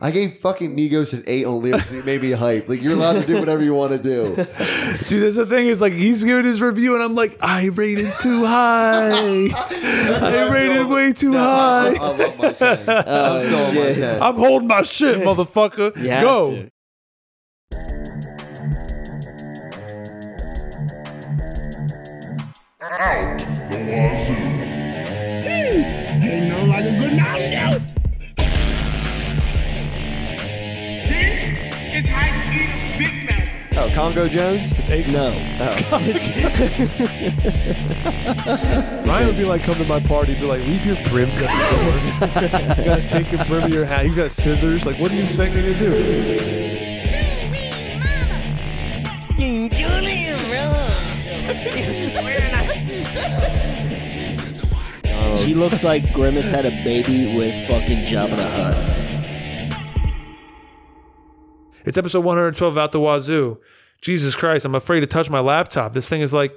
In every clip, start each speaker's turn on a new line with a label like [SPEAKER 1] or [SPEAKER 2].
[SPEAKER 1] I gave fucking Migos an eight on lyrics. and It made me hype. Like you're allowed to do whatever you want to do.
[SPEAKER 2] Dude, that's the thing is like he's giving his review, and I'm like, I rated too high. I rated way too
[SPEAKER 3] I,
[SPEAKER 2] high.
[SPEAKER 3] I love my train.
[SPEAKER 1] Uh,
[SPEAKER 3] I'm still on my
[SPEAKER 1] yeah.
[SPEAKER 3] train.
[SPEAKER 2] I'm holding my shit, motherfucker.
[SPEAKER 3] You have
[SPEAKER 2] Go.
[SPEAKER 3] to.
[SPEAKER 4] Ain't no like a good night out.
[SPEAKER 5] This is how you eat a Big Mac.
[SPEAKER 1] Oh, Congo Jones.
[SPEAKER 6] It's eight.
[SPEAKER 3] No.
[SPEAKER 6] Ryan would be like, come to my party, be like, leave your brims at the door. you gotta take your brim of your hat. You got scissors. Like, what do you expect me to do?
[SPEAKER 3] She looks like Grimace had a baby with fucking Jabba the Hutt.
[SPEAKER 2] It's episode 112 of Out the Wazoo. Jesus Christ, I'm afraid to touch my laptop. This thing is like,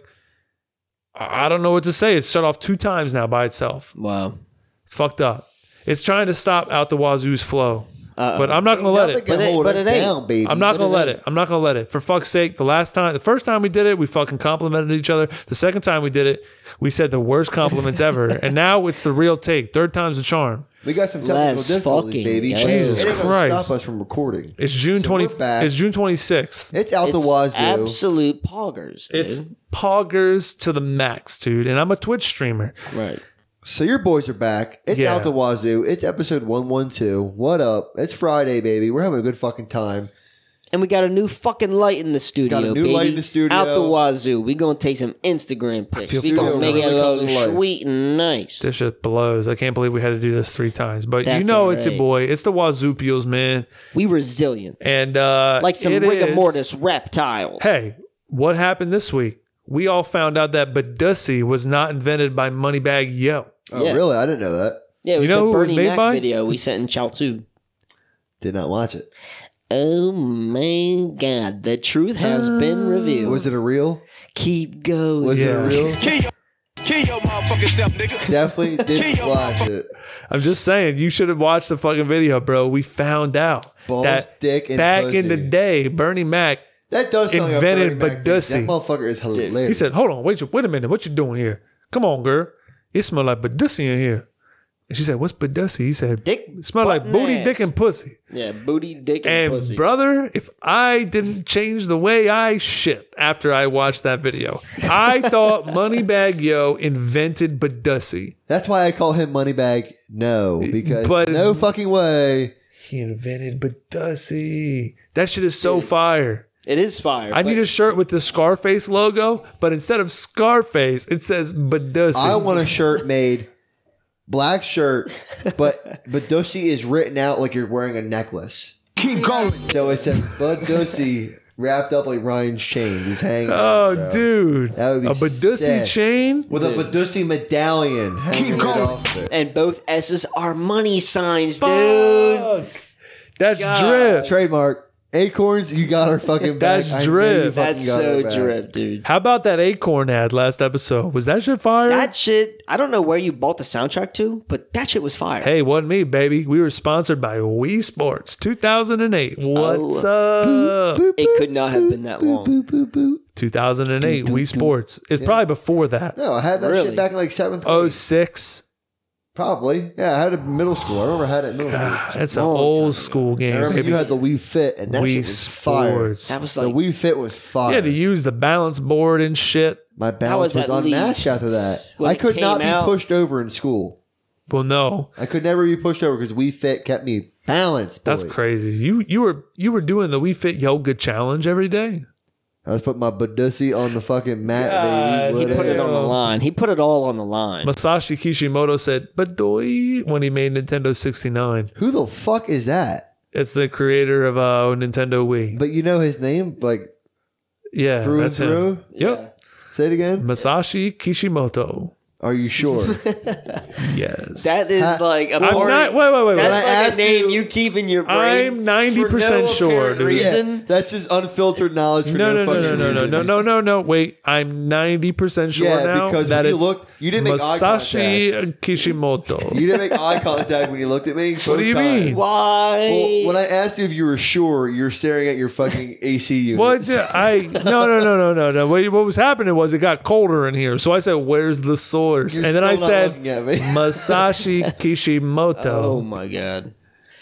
[SPEAKER 2] I I don't know what to say. It's shut off two times now by itself.
[SPEAKER 3] Wow.
[SPEAKER 2] It's fucked up. It's trying to stop Out the Wazoo's flow,
[SPEAKER 3] Uh-oh.
[SPEAKER 2] but I'm not gonna let
[SPEAKER 1] Nothing
[SPEAKER 2] it.
[SPEAKER 1] can
[SPEAKER 3] But it-
[SPEAKER 1] hold
[SPEAKER 3] but
[SPEAKER 1] us
[SPEAKER 3] it ain't.
[SPEAKER 1] down, baby.
[SPEAKER 2] I'm not
[SPEAKER 1] But
[SPEAKER 2] gonna let
[SPEAKER 1] ain't.
[SPEAKER 2] it. I'm not gonna let it. For fuck's sake, the last time, the first time we did it, we fucking complimented each other. The second time we did it, we said the worst compliments ever. And now it's the real take. Third time's the charm.
[SPEAKER 1] We got some technical
[SPEAKER 3] Let's
[SPEAKER 1] difficulties,
[SPEAKER 3] fucking
[SPEAKER 1] baby.
[SPEAKER 3] go.
[SPEAKER 1] It ain't
[SPEAKER 2] Jesus
[SPEAKER 1] gonna
[SPEAKER 2] Christ.
[SPEAKER 1] Stop us from recording.
[SPEAKER 2] It's June
[SPEAKER 1] So
[SPEAKER 2] 20.
[SPEAKER 1] we're back.
[SPEAKER 2] It's June 26th.
[SPEAKER 1] It's out
[SPEAKER 3] It's
[SPEAKER 1] the wazoo.
[SPEAKER 3] Absolute poggers. Dude.
[SPEAKER 2] It's poggers to the max, dude. And I'm a Twitch streamer.
[SPEAKER 3] right.
[SPEAKER 1] so your boys are back. It's
[SPEAKER 2] Yeah.
[SPEAKER 1] out the wazoo. It's episode one one two. What up? It's Friday, baby. We're having a good fucking time.
[SPEAKER 3] And we got a new fucking light in the studio.
[SPEAKER 1] new
[SPEAKER 3] baby.
[SPEAKER 1] light in the studio.
[SPEAKER 3] Out the wazoo. We gonna take some Instagram pics.
[SPEAKER 2] feel
[SPEAKER 3] We gonna
[SPEAKER 1] studio
[SPEAKER 3] make it
[SPEAKER 1] really
[SPEAKER 3] look
[SPEAKER 1] comes to life.
[SPEAKER 3] sweet and nice.
[SPEAKER 2] This shit blows. I can't believe we had to do this three times. But you
[SPEAKER 3] That's
[SPEAKER 2] know
[SPEAKER 3] all
[SPEAKER 2] it's your
[SPEAKER 3] right.
[SPEAKER 2] boy. It's the Wazoopios, man.
[SPEAKER 3] We resilient.
[SPEAKER 2] And uh
[SPEAKER 3] Like some
[SPEAKER 2] it
[SPEAKER 3] rigor
[SPEAKER 2] is-
[SPEAKER 3] mortis reptiles.
[SPEAKER 2] Hey, what happened this week? We all found out that Badussy was not invented by Moneybag Yo.
[SPEAKER 1] Oh,
[SPEAKER 3] Yeah.
[SPEAKER 1] really? I didn't know that.
[SPEAKER 3] Yeah, it
[SPEAKER 2] You
[SPEAKER 3] was
[SPEAKER 2] know
[SPEAKER 3] the
[SPEAKER 2] who it was
[SPEAKER 3] Bernie
[SPEAKER 2] made
[SPEAKER 3] Mac
[SPEAKER 2] by?
[SPEAKER 3] video we sent in Chaozu.
[SPEAKER 1] Did not watch it.
[SPEAKER 3] Oh my god, the truth has been revealed.
[SPEAKER 1] Was it a real?
[SPEAKER 3] Keep going.
[SPEAKER 1] Was
[SPEAKER 2] Yeah.
[SPEAKER 1] it a real?
[SPEAKER 5] Kill your, kill your motherfucking self, nigga.
[SPEAKER 1] Definitely didn't watch it.
[SPEAKER 2] I'm just saying, you should have watched the fucking video, bro. We found out
[SPEAKER 1] Balls,
[SPEAKER 2] that
[SPEAKER 1] dick, and
[SPEAKER 2] back
[SPEAKER 1] pussy.
[SPEAKER 2] in the day, Bernie Mac.
[SPEAKER 1] That does sound
[SPEAKER 2] invented
[SPEAKER 1] like a Bernie Mac thing.
[SPEAKER 2] Badussy.
[SPEAKER 1] That motherfucker is hilarious.
[SPEAKER 2] He said, "Hold on, wait, wait a minute. What you doing here? Come on, girl. It smell like Badussy in here." And she said, "What's Badussy?" He said,
[SPEAKER 3] Dick
[SPEAKER 2] "It smell like
[SPEAKER 3] button
[SPEAKER 2] booty,
[SPEAKER 3] ass."
[SPEAKER 2] dick, and pussy."
[SPEAKER 3] Yeah, booty, dick, and,
[SPEAKER 2] And
[SPEAKER 3] pussy.
[SPEAKER 2] brother, if I didn't change the way I shit after I watched that video, I thought Moneybag Yo invented Badussy.
[SPEAKER 1] That's why I call him Moneybag. No, because
[SPEAKER 2] But-
[SPEAKER 1] no fucking way.
[SPEAKER 2] He invented Badussy. That shit is so fire.
[SPEAKER 3] it is fire.
[SPEAKER 2] I
[SPEAKER 3] but
[SPEAKER 2] need a shirt with the Scarface logo, but instead of Scarface, it says Badussy.
[SPEAKER 1] I want a shirt made, black shirt, but Badussy is written out like you're wearing a necklace.
[SPEAKER 4] Keep going.
[SPEAKER 1] So it's a Badussy wrapped up like Ryan's chain. He's hanging.
[SPEAKER 2] oh,
[SPEAKER 1] bro.
[SPEAKER 2] dude,
[SPEAKER 1] That would be
[SPEAKER 2] a Badussy
[SPEAKER 1] sick.
[SPEAKER 2] chain.
[SPEAKER 1] With a Badussy medallion. hanging it
[SPEAKER 4] going.
[SPEAKER 1] off of it.
[SPEAKER 3] and both S's are money signs, dude.
[SPEAKER 2] Fuck. That's drip.
[SPEAKER 1] Trademark. Acorns, you got our fucking back.
[SPEAKER 2] That's
[SPEAKER 1] I know you fucking
[SPEAKER 2] drip.
[SPEAKER 3] That's
[SPEAKER 1] got
[SPEAKER 3] so
[SPEAKER 1] our back.
[SPEAKER 3] drip, dude.
[SPEAKER 2] How about that Acorn ad last episode? Was that shit fire?
[SPEAKER 3] That shit, I don't know where you bought the soundtrack to, but that shit was fire.
[SPEAKER 2] Hey, wasn't me, baby. We were sponsored by Wii Sports 2008. What's up?
[SPEAKER 3] it could not have been that long.
[SPEAKER 1] Boop, boop, boop.
[SPEAKER 2] 2008 Wii Sports. It's probably before that.
[SPEAKER 1] No, I had that
[SPEAKER 3] Really?
[SPEAKER 1] shit back in like seventh grade.
[SPEAKER 2] Oh six.
[SPEAKER 1] Probably. Yeah, I had it in middle school. I remember I had it in middle school.
[SPEAKER 2] Ah, That's an old school
[SPEAKER 1] I
[SPEAKER 2] game,
[SPEAKER 1] remember
[SPEAKER 2] baby.
[SPEAKER 1] you had the Wii Fit, and that
[SPEAKER 2] Wii
[SPEAKER 1] shit was fire.
[SPEAKER 2] Sports.
[SPEAKER 3] That was
[SPEAKER 1] The
[SPEAKER 3] like,
[SPEAKER 1] Wii Fit was
[SPEAKER 2] You
[SPEAKER 1] fire.
[SPEAKER 2] had to use the balance board and shit.
[SPEAKER 1] My
[SPEAKER 3] was
[SPEAKER 1] balance was
[SPEAKER 3] at least
[SPEAKER 1] unmatched after that.
[SPEAKER 3] when
[SPEAKER 1] I
[SPEAKER 3] it
[SPEAKER 1] could not
[SPEAKER 3] came
[SPEAKER 1] be
[SPEAKER 3] out-
[SPEAKER 1] pushed over in school.
[SPEAKER 2] Well, no,
[SPEAKER 1] I could never be pushed over because Wii Fit kept me balanced.
[SPEAKER 2] that's
[SPEAKER 1] boy.
[SPEAKER 2] crazy. You you were you were doing the We Fit Yoga Challenge every day.
[SPEAKER 1] I was putting my Badussy on the fucking mat,
[SPEAKER 2] God,
[SPEAKER 1] baby.
[SPEAKER 2] he
[SPEAKER 3] put it on the
[SPEAKER 2] Damn.
[SPEAKER 3] line. He put it all on the line.
[SPEAKER 2] Masashi Kishimoto said, "But doi," when he made Nintendo 69.
[SPEAKER 1] Who the fuck is that?
[SPEAKER 2] It's the creator of uh, Nintendo Wii.
[SPEAKER 1] But you know his name, like
[SPEAKER 2] Yeah,
[SPEAKER 1] through and
[SPEAKER 2] that's him.
[SPEAKER 1] through.
[SPEAKER 2] Yep.
[SPEAKER 3] Yeah.
[SPEAKER 1] Say it again.
[SPEAKER 2] Masashi Kishimoto.
[SPEAKER 1] Are you sure?
[SPEAKER 2] Yes.
[SPEAKER 3] That is
[SPEAKER 1] Uh,
[SPEAKER 3] like a
[SPEAKER 2] I'm
[SPEAKER 3] party.
[SPEAKER 2] not. Wait, wait, wait.
[SPEAKER 1] When I
[SPEAKER 2] wait.
[SPEAKER 3] That's like
[SPEAKER 1] asked
[SPEAKER 3] a name
[SPEAKER 1] you-
[SPEAKER 3] you, keep in your brain.
[SPEAKER 2] I'm 90%
[SPEAKER 3] for no
[SPEAKER 2] sure,
[SPEAKER 3] apparent
[SPEAKER 2] dude.
[SPEAKER 1] Yeah,
[SPEAKER 3] Reason.
[SPEAKER 1] that's just unfiltered knowledge. For
[SPEAKER 2] No, no, no,
[SPEAKER 1] fucking
[SPEAKER 2] no, no, no,
[SPEAKER 1] reason.
[SPEAKER 2] no, no, no, no. Wait, I'm 90% sure
[SPEAKER 1] Yeah,
[SPEAKER 2] now
[SPEAKER 1] because
[SPEAKER 2] that
[SPEAKER 1] when you
[SPEAKER 2] it's
[SPEAKER 1] looked- you didn't make eye
[SPEAKER 2] Masashi Kishimoto.
[SPEAKER 1] You didn't make eye contact when you looked at me.
[SPEAKER 2] what do you mean?
[SPEAKER 3] Why?
[SPEAKER 1] Well, when I asked you if you were sure, you're staring at your fucking AC unit.
[SPEAKER 2] What did I no no no no no no. What, what was happening was it got colder in here, so I said, "Where's the source?"
[SPEAKER 1] You're
[SPEAKER 2] and
[SPEAKER 1] still
[SPEAKER 2] then I
[SPEAKER 1] not
[SPEAKER 2] said,
[SPEAKER 1] looking at me.
[SPEAKER 2] "Masashi Kishimoto."
[SPEAKER 3] oh my god.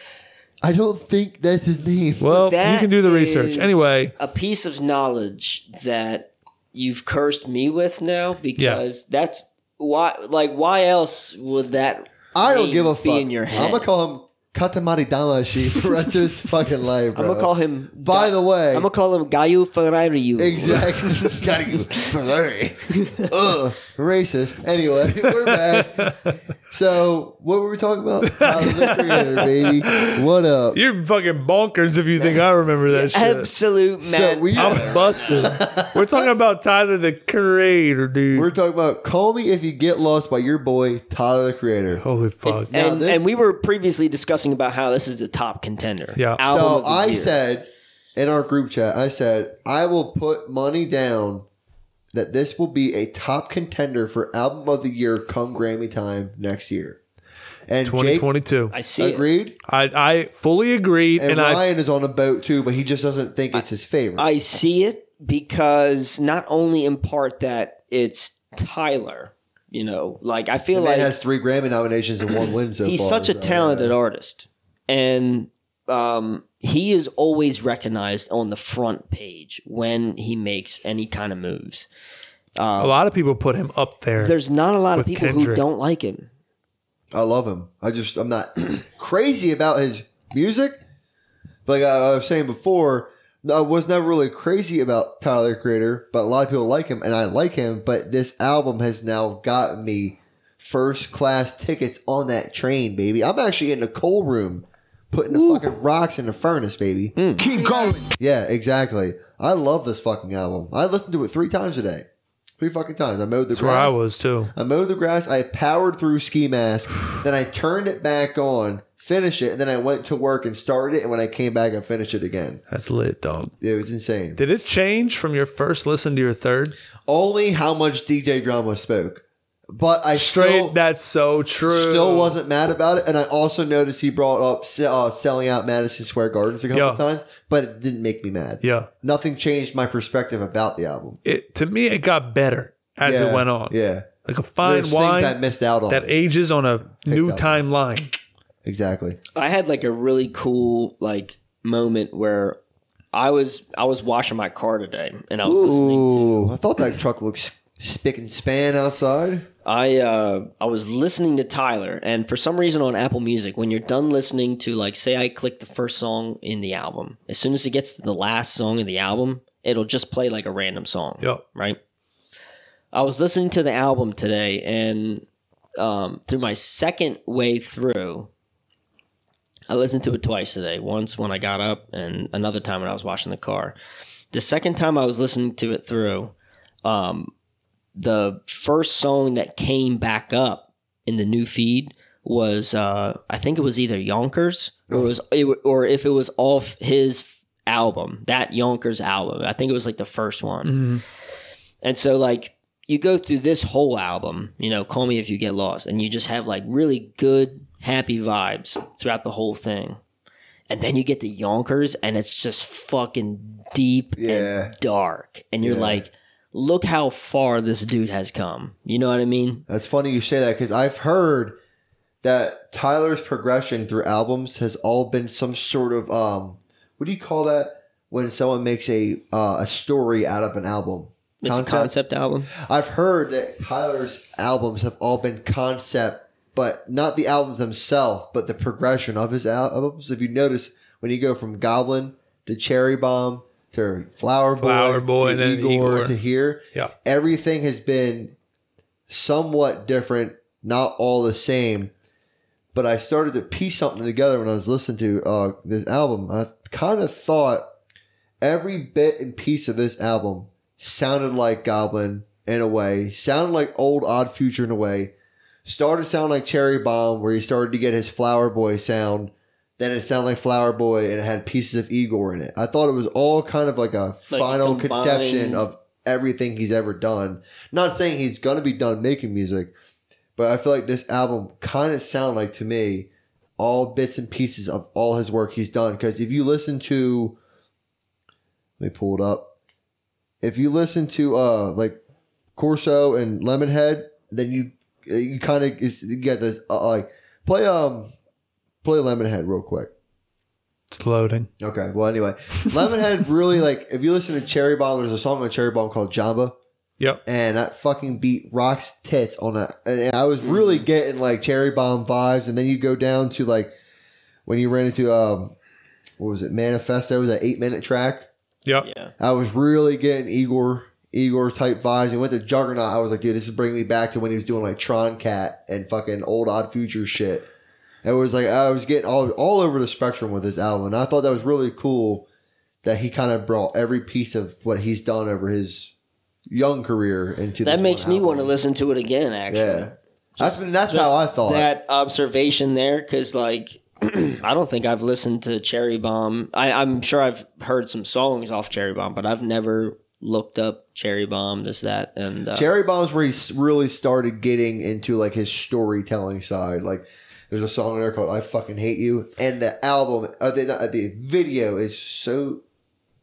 [SPEAKER 1] I don't think that's his name.
[SPEAKER 2] well, you
[SPEAKER 3] That
[SPEAKER 2] can do the research
[SPEAKER 3] is
[SPEAKER 2] anyway.
[SPEAKER 3] A piece of knowledge that you've cursed me with now because that's why. Like, why else would that?
[SPEAKER 1] I don't
[SPEAKER 3] name
[SPEAKER 1] give a
[SPEAKER 3] be
[SPEAKER 1] fuck.
[SPEAKER 3] In your head.
[SPEAKER 1] I'm gonna call him Katamari Damashi for the rest of his fucking life, bro.
[SPEAKER 3] I'm gonna call him.
[SPEAKER 1] By the way,
[SPEAKER 3] I'm gonna call him Gayu Ferrariu.
[SPEAKER 1] Exactly. Gotta go. Ferrari. Ugh. Racist. Anyway, we're back. So, what were we talking about? How the creator, baby. What up?
[SPEAKER 2] You're fucking bonkers if you think I remember that shit.
[SPEAKER 3] Absolute
[SPEAKER 1] So
[SPEAKER 3] man.
[SPEAKER 1] we
[SPEAKER 2] I'm busted. We're talking about Tyler the Creator, dude.
[SPEAKER 1] we're talking about "Call Me If You Get Lost" by your boy Tyler the Creator.
[SPEAKER 2] Holy fuck!
[SPEAKER 1] Now
[SPEAKER 3] and,
[SPEAKER 1] this-
[SPEAKER 3] and we were previously discussing about how this is the top contender.
[SPEAKER 2] Yeah.
[SPEAKER 3] Album
[SPEAKER 1] So
[SPEAKER 3] of the
[SPEAKER 1] I
[SPEAKER 3] year.
[SPEAKER 1] said in our group chat, I said I will put money down that this will be a top contender for album of the year come Grammy time next year. And Jake
[SPEAKER 2] 2022.
[SPEAKER 3] I see. it.
[SPEAKER 1] agreed.
[SPEAKER 2] I, I fully agreed,
[SPEAKER 1] And,
[SPEAKER 2] and I
[SPEAKER 1] Ryan is on a boat too, but he just doesn't think it's his favorite.
[SPEAKER 3] I see it because not only in part that it's Tyler, you know, like I feel
[SPEAKER 1] the man
[SPEAKER 3] like
[SPEAKER 1] has three Grammy nominations and one win so
[SPEAKER 3] he's
[SPEAKER 1] far,
[SPEAKER 3] such a
[SPEAKER 1] so,
[SPEAKER 3] talented
[SPEAKER 1] yeah.
[SPEAKER 3] artist, and um, he is always recognized on the front page when he makes any kind of moves.
[SPEAKER 2] a lot of people put him up there.
[SPEAKER 3] There's not a lot of
[SPEAKER 2] With
[SPEAKER 3] people who
[SPEAKER 2] Kendrick.
[SPEAKER 3] don't like him.
[SPEAKER 1] I love him. I just I'm not crazy about his music. Like I, I was saying before, I was never really crazy about Tyler the Creator, but a lot of people like him, and I like him. But this album has now gotten me first class tickets on that train, baby. I'm actually in the cold room, putting the fucking rocks in the furnace, baby.
[SPEAKER 2] Mm.
[SPEAKER 4] Keep going.
[SPEAKER 1] Yeah, exactly. I love this fucking album. I listened to it three times a day. Three fucking times. I mowed the
[SPEAKER 2] That's where I
[SPEAKER 1] grass.
[SPEAKER 2] was too.
[SPEAKER 1] I mowed the grass. I powered through ski mask. then I turned it back on, finished it, and then I went to work and started it. And when I came back, I finished it again.
[SPEAKER 2] That's lit, dog.
[SPEAKER 1] It was insane.
[SPEAKER 2] Did it change from your first listen to your third?
[SPEAKER 1] Only how much DJ Drama spoke, but I
[SPEAKER 2] Straight.
[SPEAKER 1] still,
[SPEAKER 2] that's so true.
[SPEAKER 1] still wasn't mad about it. And I also noticed he brought up se- uh, selling out Madison Square Gardens a couple
[SPEAKER 2] Yeah.
[SPEAKER 1] times, but it didn't make me mad.
[SPEAKER 2] Yeah.
[SPEAKER 1] Nothing changed my perspective about the album.
[SPEAKER 2] It to me it got better as
[SPEAKER 1] Yeah,
[SPEAKER 2] it went on.
[SPEAKER 1] Yeah.
[SPEAKER 2] Like a fine
[SPEAKER 1] There's things I
[SPEAKER 2] wine
[SPEAKER 1] missed out on.
[SPEAKER 2] that ages on a new
[SPEAKER 1] up.
[SPEAKER 2] timeline.
[SPEAKER 1] exactly.
[SPEAKER 3] I had like a really cool like moment where I was I was washing my car today and I was listening to
[SPEAKER 1] Ooh, I thought that truck looked s- spick and span outside.
[SPEAKER 3] I uh, I was listening to Tyler, and for some reason on Apple Music, when you're done listening to like, say, I click the first song in the album, as soon as it gets to the last song in the album, it'll just play like a random song,
[SPEAKER 2] Yep.
[SPEAKER 3] right? I was listening to the album today, and um, through my second way through, I listened to it twice today. Once when I got up, and another time when I was washing the car. The second time I was listening to it through, um, the first song that came back up in the new feed was uh, I think it was either Yonkers or it was it, wa- or if it was off his album that Yonkers album I think it was like the first one and so like you go through this whole album you know call me if you get lost and you just have like really good happy vibes throughout the whole thing and then you get the Yonkers and it's just fucking deep
[SPEAKER 1] Yeah.
[SPEAKER 3] and dark and you're
[SPEAKER 1] Yeah.
[SPEAKER 3] like look how far this dude has come. You know what I mean?
[SPEAKER 1] That's funny you say that because I've heard that Tyler's progression through albums has all been some sort of um, what do you call that when someone makes a uh, a story out of an album?
[SPEAKER 3] It's
[SPEAKER 1] Concept?
[SPEAKER 3] a concept album.
[SPEAKER 1] I've heard that Tyler's albums have all been concept, but not the albums themselves, but the progression of his al- albums. If you notice, when you go from Goblin to Cherry Bomb to Flower Boy,
[SPEAKER 2] Flower Boy,
[SPEAKER 1] to
[SPEAKER 2] and then
[SPEAKER 1] Igor,
[SPEAKER 2] Igor.
[SPEAKER 1] to here,
[SPEAKER 2] Yeah.
[SPEAKER 1] everything has been somewhat different, not all the same. But I started to piece something together when I was listening to uh, this album. I kind of thought every bit and piece of this album sounded like Goblin, in a way, sounded like old Odd Future in a way, started to sound like Cherry Bomb, where he started to get his Flower Boy sound. Then it sounded like Flower Boy, and it had pieces of Igor in it. I thought it was all kind of like a
[SPEAKER 3] Like
[SPEAKER 1] final
[SPEAKER 3] combined-
[SPEAKER 1] conception of everything he's ever done. Not saying he's gonna be done making music, but I feel like this album kind of sound like to me all bits and pieces of all his work he's done. Because if you listen to, let me pull it up. If you listen to uh like Corso and Lemonhead, then you you kind of you get this uh, like play um play Lemonhead real quick.
[SPEAKER 2] It's loading.
[SPEAKER 1] Okay. Well, anyway, Lemonhead really like if you listen to Cherry Bomb, there's a song on Cherry Bomb called Jamba,
[SPEAKER 2] Yep.
[SPEAKER 1] and that fucking beat rocks tits on that. And I was really getting like Cherry Bomb vibes, and then you go down to like when you ran into um what was it Manifesto, that eight minute track.
[SPEAKER 2] Yep.
[SPEAKER 3] Yeah.
[SPEAKER 1] I was really getting Igor Igor type vibes. He went to Juggernaut. I was like, dude, this is bringing me back to when he was doing like Tron Cat and fucking old Odd Future shit. It was like I was getting all all over the spectrum with this album, and I thought that was really cool that he kind of brought every piece of what he's done over his young career into
[SPEAKER 3] That
[SPEAKER 1] this
[SPEAKER 3] makes
[SPEAKER 1] one
[SPEAKER 3] me
[SPEAKER 1] album.
[SPEAKER 3] want to listen to it again, actually.
[SPEAKER 1] Yeah, that's that's
[SPEAKER 3] Just
[SPEAKER 1] how I thought.
[SPEAKER 3] that observation there because like i don't think i've listened to cherry bomb I, i'm sure i've heard some songs off cherry bomb but i've never looked up cherry bomb this that and uh,
[SPEAKER 1] Cherry Bomb's where he s- really started getting into like his storytelling side. Like, there's a song in there called "I Fucking Hate You," and the album, uh, the, uh, the video is so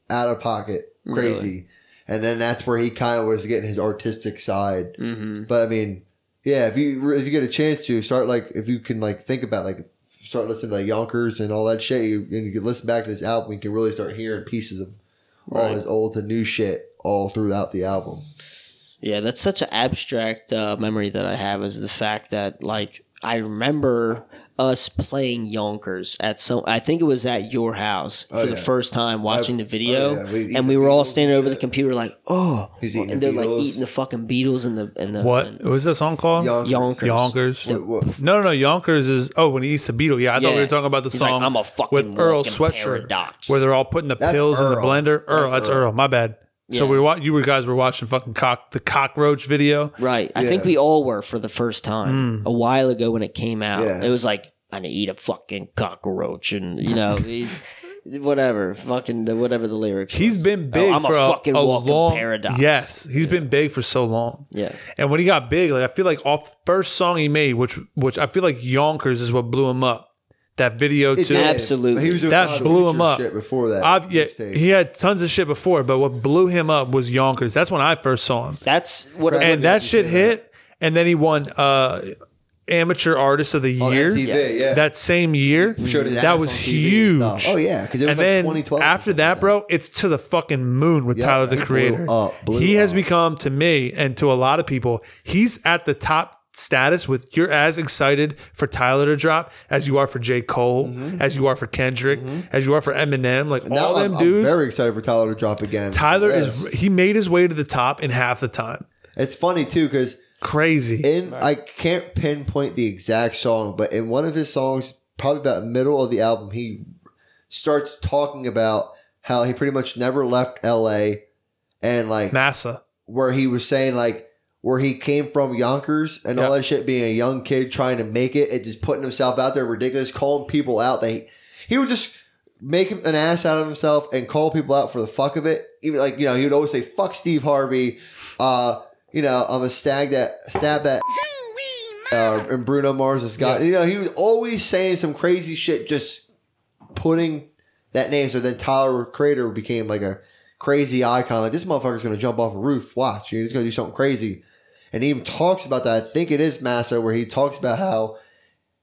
[SPEAKER 1] out of pocket, crazy. And then that's where he kind of was getting his artistic side.
[SPEAKER 3] mhm.
[SPEAKER 1] But I mean, yeah, if you re- if you get a chance to start like if you can like think about like start listening to like Yonkers and all that shit, you, and you can listen back to this album, you can really start hearing pieces of all
[SPEAKER 3] Right.
[SPEAKER 1] his old to new shit all throughout the album.
[SPEAKER 3] yeah that's such an abstract uh, memory that i have is the fact that like i remember us playing yonkers at some i think it was at your house for
[SPEAKER 1] Oh,
[SPEAKER 3] the
[SPEAKER 1] yeah. oh,
[SPEAKER 3] first time watching the video
[SPEAKER 1] yeah, we eating
[SPEAKER 3] and we
[SPEAKER 1] the
[SPEAKER 3] were all
[SPEAKER 1] Beatles
[SPEAKER 3] standing
[SPEAKER 1] and
[SPEAKER 3] over the
[SPEAKER 1] shit.
[SPEAKER 3] computer like oh
[SPEAKER 1] He's eating
[SPEAKER 3] and
[SPEAKER 1] the
[SPEAKER 3] they're like
[SPEAKER 1] Beatles.
[SPEAKER 3] eating the fucking beatles and the and the
[SPEAKER 2] What?
[SPEAKER 3] and-
[SPEAKER 2] What was that song called?
[SPEAKER 1] Yonkers.
[SPEAKER 3] yonkers
[SPEAKER 2] Yonkers.
[SPEAKER 1] What- what-
[SPEAKER 2] No, no, no. Yonkers is oh when he eats a beetle. Yeah, I thought we
[SPEAKER 3] Yeah.
[SPEAKER 2] were talking about the
[SPEAKER 3] He's like,
[SPEAKER 2] song.
[SPEAKER 3] "I'm a fucking
[SPEAKER 2] with Earl
[SPEAKER 3] walking
[SPEAKER 2] Sweatshirt,
[SPEAKER 3] paradox."
[SPEAKER 2] where they're all putting the
[SPEAKER 1] That's
[SPEAKER 2] pills in the
[SPEAKER 1] Earl.
[SPEAKER 2] blender. Earl,
[SPEAKER 1] That's
[SPEAKER 2] that's
[SPEAKER 1] Earl.
[SPEAKER 2] Earl. My bad. So
[SPEAKER 3] Yeah.
[SPEAKER 2] we wa- you were guys were watching fucking cock the cockroach video.
[SPEAKER 3] Right. I think
[SPEAKER 1] Yeah. Hmm.
[SPEAKER 3] we all were for the first time a while ago when it came out.
[SPEAKER 1] Yeah.
[SPEAKER 3] It was like, I'm going to eat a fucking cockroach and, you know, he- whatever. Fucking the, whatever the lyrics.
[SPEAKER 2] He's
[SPEAKER 3] was.
[SPEAKER 2] been big
[SPEAKER 3] Oh, I'm
[SPEAKER 2] for
[SPEAKER 3] a
[SPEAKER 2] a,
[SPEAKER 3] fucking
[SPEAKER 2] a
[SPEAKER 3] walking
[SPEAKER 2] long
[SPEAKER 3] paradox.
[SPEAKER 2] Yes, he's been big for so long.
[SPEAKER 3] Yeah.
[SPEAKER 2] And when he got big, like I feel like off the first song he made, which which I feel like Yonkers is what blew him up. That video
[SPEAKER 1] It
[SPEAKER 2] too.
[SPEAKER 1] did,
[SPEAKER 3] Absolutely.
[SPEAKER 1] but He was doing
[SPEAKER 2] That
[SPEAKER 1] a lot of
[SPEAKER 2] blew him
[SPEAKER 1] feature
[SPEAKER 2] up.
[SPEAKER 1] Shit before that,
[SPEAKER 2] I've, yeah,
[SPEAKER 1] mixtape.
[SPEAKER 2] he had tons of shit before, but what blew him up was Yonkers. That's when I first saw him.
[SPEAKER 3] That's what
[SPEAKER 1] Right.
[SPEAKER 3] I
[SPEAKER 2] and
[SPEAKER 1] What
[SPEAKER 2] that
[SPEAKER 1] is he
[SPEAKER 2] shit
[SPEAKER 1] doing?
[SPEAKER 2] hit, and then he won uh, amateur artist of the
[SPEAKER 1] on
[SPEAKER 2] year
[SPEAKER 1] MTV, yeah.
[SPEAKER 2] that same year.
[SPEAKER 1] Showed his
[SPEAKER 2] That
[SPEAKER 1] ass
[SPEAKER 2] was
[SPEAKER 1] on TV
[SPEAKER 2] huge.
[SPEAKER 1] and stuff. Oh yeah, because it was
[SPEAKER 2] and
[SPEAKER 1] like
[SPEAKER 2] then
[SPEAKER 1] 2012.
[SPEAKER 2] after that, bro, it's to the fucking moon with
[SPEAKER 1] Yeah,
[SPEAKER 2] Tyler the
[SPEAKER 1] he blew
[SPEAKER 2] Creator.
[SPEAKER 1] up, blew
[SPEAKER 2] he has
[SPEAKER 1] up.
[SPEAKER 2] become to me and to a lot of people, he's at the top status with you're as excited for Tyler to drop as you are for J. Cole, as you are for Kendrick, as you are for Eminem. Like
[SPEAKER 1] Mm-hmm. Now
[SPEAKER 2] all them
[SPEAKER 1] I'm,
[SPEAKER 2] dudes.
[SPEAKER 1] I'm very excited for Tyler to drop again.
[SPEAKER 2] Tyler
[SPEAKER 1] Yes.
[SPEAKER 2] is he made his way to the top in half the time.
[SPEAKER 1] It's funny too because
[SPEAKER 2] Crazy.
[SPEAKER 1] in I can't pinpoint the exact song, but in one of his songs, probably about middle of the album, he starts talking about how he pretty much never left L.A. and like
[SPEAKER 2] Massa.
[SPEAKER 1] where he was saying like where he came from Yonkers and all
[SPEAKER 2] Yeah.
[SPEAKER 1] that shit, being a young kid trying to make it and just putting himself out there, ridiculous, calling people out. That he, he would just make an ass out of himself and call people out for the fuck of it. Even like you know, he would always say "fuck Steve Harvey," uh, you know, "I'm a stag that stab that." Uh, and Bruno Mars has got you know he was always saying some crazy shit, just putting that name. So then Tyler Crater became like a crazy icon. Like this motherfucker's gonna jump off a roof. Watch, he's gonna do something crazy. And he even talks about that. I think it is Massa where he talks about how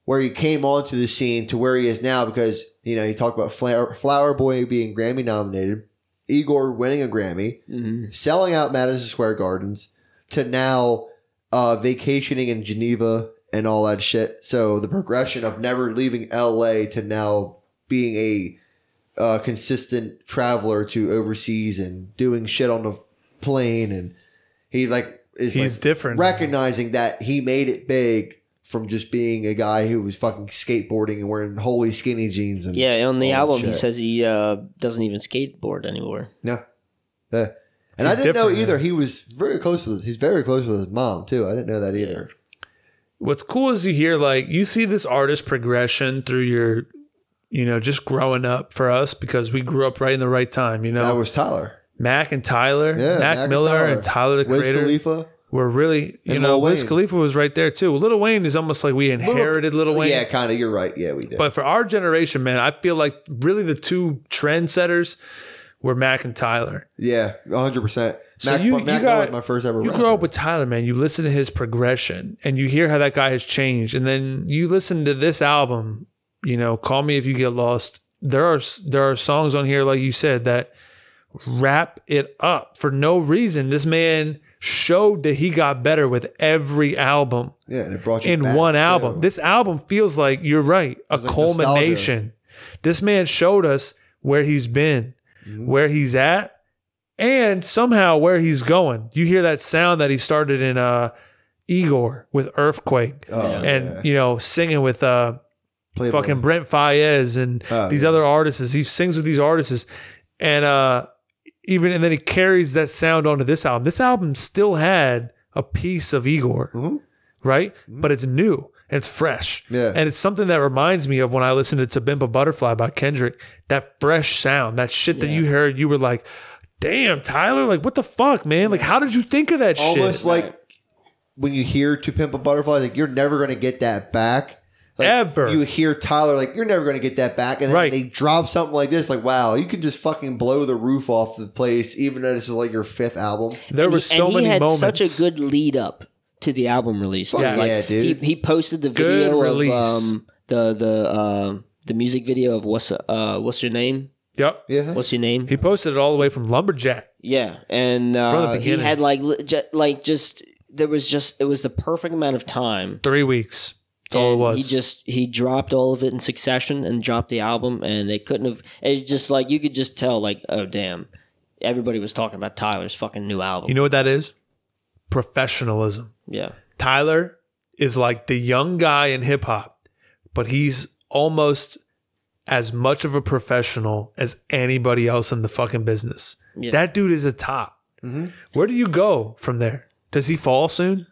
[SPEAKER 1] where he came onto the scene to where he is now because you know he talked about Flower, Flower Boy being Grammy nominated, Igor winning a Grammy,
[SPEAKER 3] Mm-hmm.
[SPEAKER 1] selling out Madison Square Gardens, to now uh, vacationing in Geneva and all that shit. So the progression of never leaving LA to now being a uh, consistent traveler to overseas and doing shit on the plane and he like is
[SPEAKER 2] He's
[SPEAKER 1] like,
[SPEAKER 2] different.
[SPEAKER 1] recognizing that he made it big from just being a guy who was fucking skateboarding and wearing holy skinny jeans and
[SPEAKER 3] Yeah, on the
[SPEAKER 1] Oh,
[SPEAKER 3] album, he
[SPEAKER 1] shit.
[SPEAKER 3] says he uh, doesn't even skateboard anymore.
[SPEAKER 1] no Uh, And I
[SPEAKER 2] He's
[SPEAKER 1] didn't know
[SPEAKER 2] different,
[SPEAKER 1] either.
[SPEAKER 2] yeah.
[SPEAKER 1] He was very close with. He's very close with his mom too. I didn't know that either.
[SPEAKER 2] what's cool is you hear like you see this artist progression through your you know just growing up for us because we grew up right in the right time you
[SPEAKER 1] That
[SPEAKER 2] know
[SPEAKER 1] was Tyler.
[SPEAKER 2] mac and tyler
[SPEAKER 1] Yeah,
[SPEAKER 2] mac,
[SPEAKER 1] Mac and
[SPEAKER 2] miller
[SPEAKER 1] Tyler.
[SPEAKER 2] and tyler the
[SPEAKER 1] Wiz
[SPEAKER 2] creator
[SPEAKER 1] Khalifa.
[SPEAKER 2] were really you
[SPEAKER 1] And
[SPEAKER 2] know
[SPEAKER 1] Lil
[SPEAKER 2] wiz
[SPEAKER 1] Wayne.
[SPEAKER 2] khalifa was right there too little wayne is almost like we inherited little, wayne
[SPEAKER 1] Yeah, kind of. You're right. Yeah, we did.
[SPEAKER 2] but for our generation man i feel like really the two trendsetters were mac and tyler
[SPEAKER 1] yeah, 100. percent
[SPEAKER 2] So you- you
[SPEAKER 1] Mac
[SPEAKER 2] got-
[SPEAKER 1] Miller was my first ever.
[SPEAKER 2] You
[SPEAKER 1] rapper.
[SPEAKER 2] grow up with Tyler, man. You listen to his progression and you hear how that guy has changed. And then you listen to this album, you know, Call Me If You Get Lost. There are there are songs on here, like you said, that wrap it up for no reason. This man showed that he got better with every album
[SPEAKER 1] yeah, and it brought you
[SPEAKER 2] in
[SPEAKER 1] back,
[SPEAKER 2] one album.
[SPEAKER 1] too.
[SPEAKER 2] This album feels like you're right, a
[SPEAKER 1] like
[SPEAKER 2] culmination. This man showed us where he's been,
[SPEAKER 1] Mm-hmm.
[SPEAKER 2] where he's at, and somehow where he's going. You hear that sound that he started in uh Igor with Earthquake
[SPEAKER 1] Oh,
[SPEAKER 2] and
[SPEAKER 1] yeah.
[SPEAKER 2] you know singing with uh
[SPEAKER 1] Playboy.
[SPEAKER 2] fucking Brent Fayez and
[SPEAKER 1] Oh,
[SPEAKER 2] these
[SPEAKER 1] yeah.
[SPEAKER 2] other artists. He sings with these artists and uh even and then he carries that sound onto this album. This album still had a piece of Igor,
[SPEAKER 1] Mhm.
[SPEAKER 2] right? But it's new and it's fresh.
[SPEAKER 1] Yeah.
[SPEAKER 2] And it's something that reminds me of when I listened to Tabimba Butterfly by Kendrick, that fresh sound, that shit that you heard, you were like, damn, Tyler, like what the fuck, man? Like how did you think of that
[SPEAKER 1] almost
[SPEAKER 2] shit?
[SPEAKER 1] like when you hear "To Pimp a Butterfly," like you're never going to get that back. Like,
[SPEAKER 2] Ever.
[SPEAKER 1] You hear Tyler like you're never going to get that back, and then
[SPEAKER 2] Right.
[SPEAKER 1] they drop something like this. Like wow, you can just fucking blow the roof off the place, even though this is like your fifth album.
[SPEAKER 2] there
[SPEAKER 3] And
[SPEAKER 2] were
[SPEAKER 3] he-
[SPEAKER 2] so
[SPEAKER 3] and
[SPEAKER 2] many
[SPEAKER 3] he had
[SPEAKER 2] moments.
[SPEAKER 3] such a good lead up to the album release. too.
[SPEAKER 1] Yeah.
[SPEAKER 3] Like,
[SPEAKER 1] Yeah, dude.
[SPEAKER 3] He, he posted the
[SPEAKER 2] Good
[SPEAKER 3] video
[SPEAKER 2] release.
[SPEAKER 3] of um, the the uh, the music video of what's uh, what's your name?
[SPEAKER 2] yep.
[SPEAKER 1] Yeah,
[SPEAKER 3] What's your name?
[SPEAKER 2] He posted it all the way from Lumberjack.
[SPEAKER 3] Yeah,
[SPEAKER 2] From
[SPEAKER 3] and
[SPEAKER 2] the
[SPEAKER 3] uh, he
[SPEAKER 2] beginning.
[SPEAKER 3] had like li- ju- like just there was just it was the perfect amount of time.
[SPEAKER 2] Three weeks. That's all it
[SPEAKER 3] And
[SPEAKER 2] was.
[SPEAKER 3] He just he dropped all of it in succession and dropped the album, and they couldn't have. It just like you could just tell like oh damn, everybody was talking about Tyler's fucking new album.
[SPEAKER 2] You know what that is? Professionalism.
[SPEAKER 3] yeah,
[SPEAKER 2] Tyler is like the young guy in hip hop, but he's almost as much of a professional as anybody else in the fucking business.
[SPEAKER 3] Yeah.
[SPEAKER 2] That dude is a top.
[SPEAKER 1] Mhm.
[SPEAKER 2] Where do you go from there? Does he fall soon?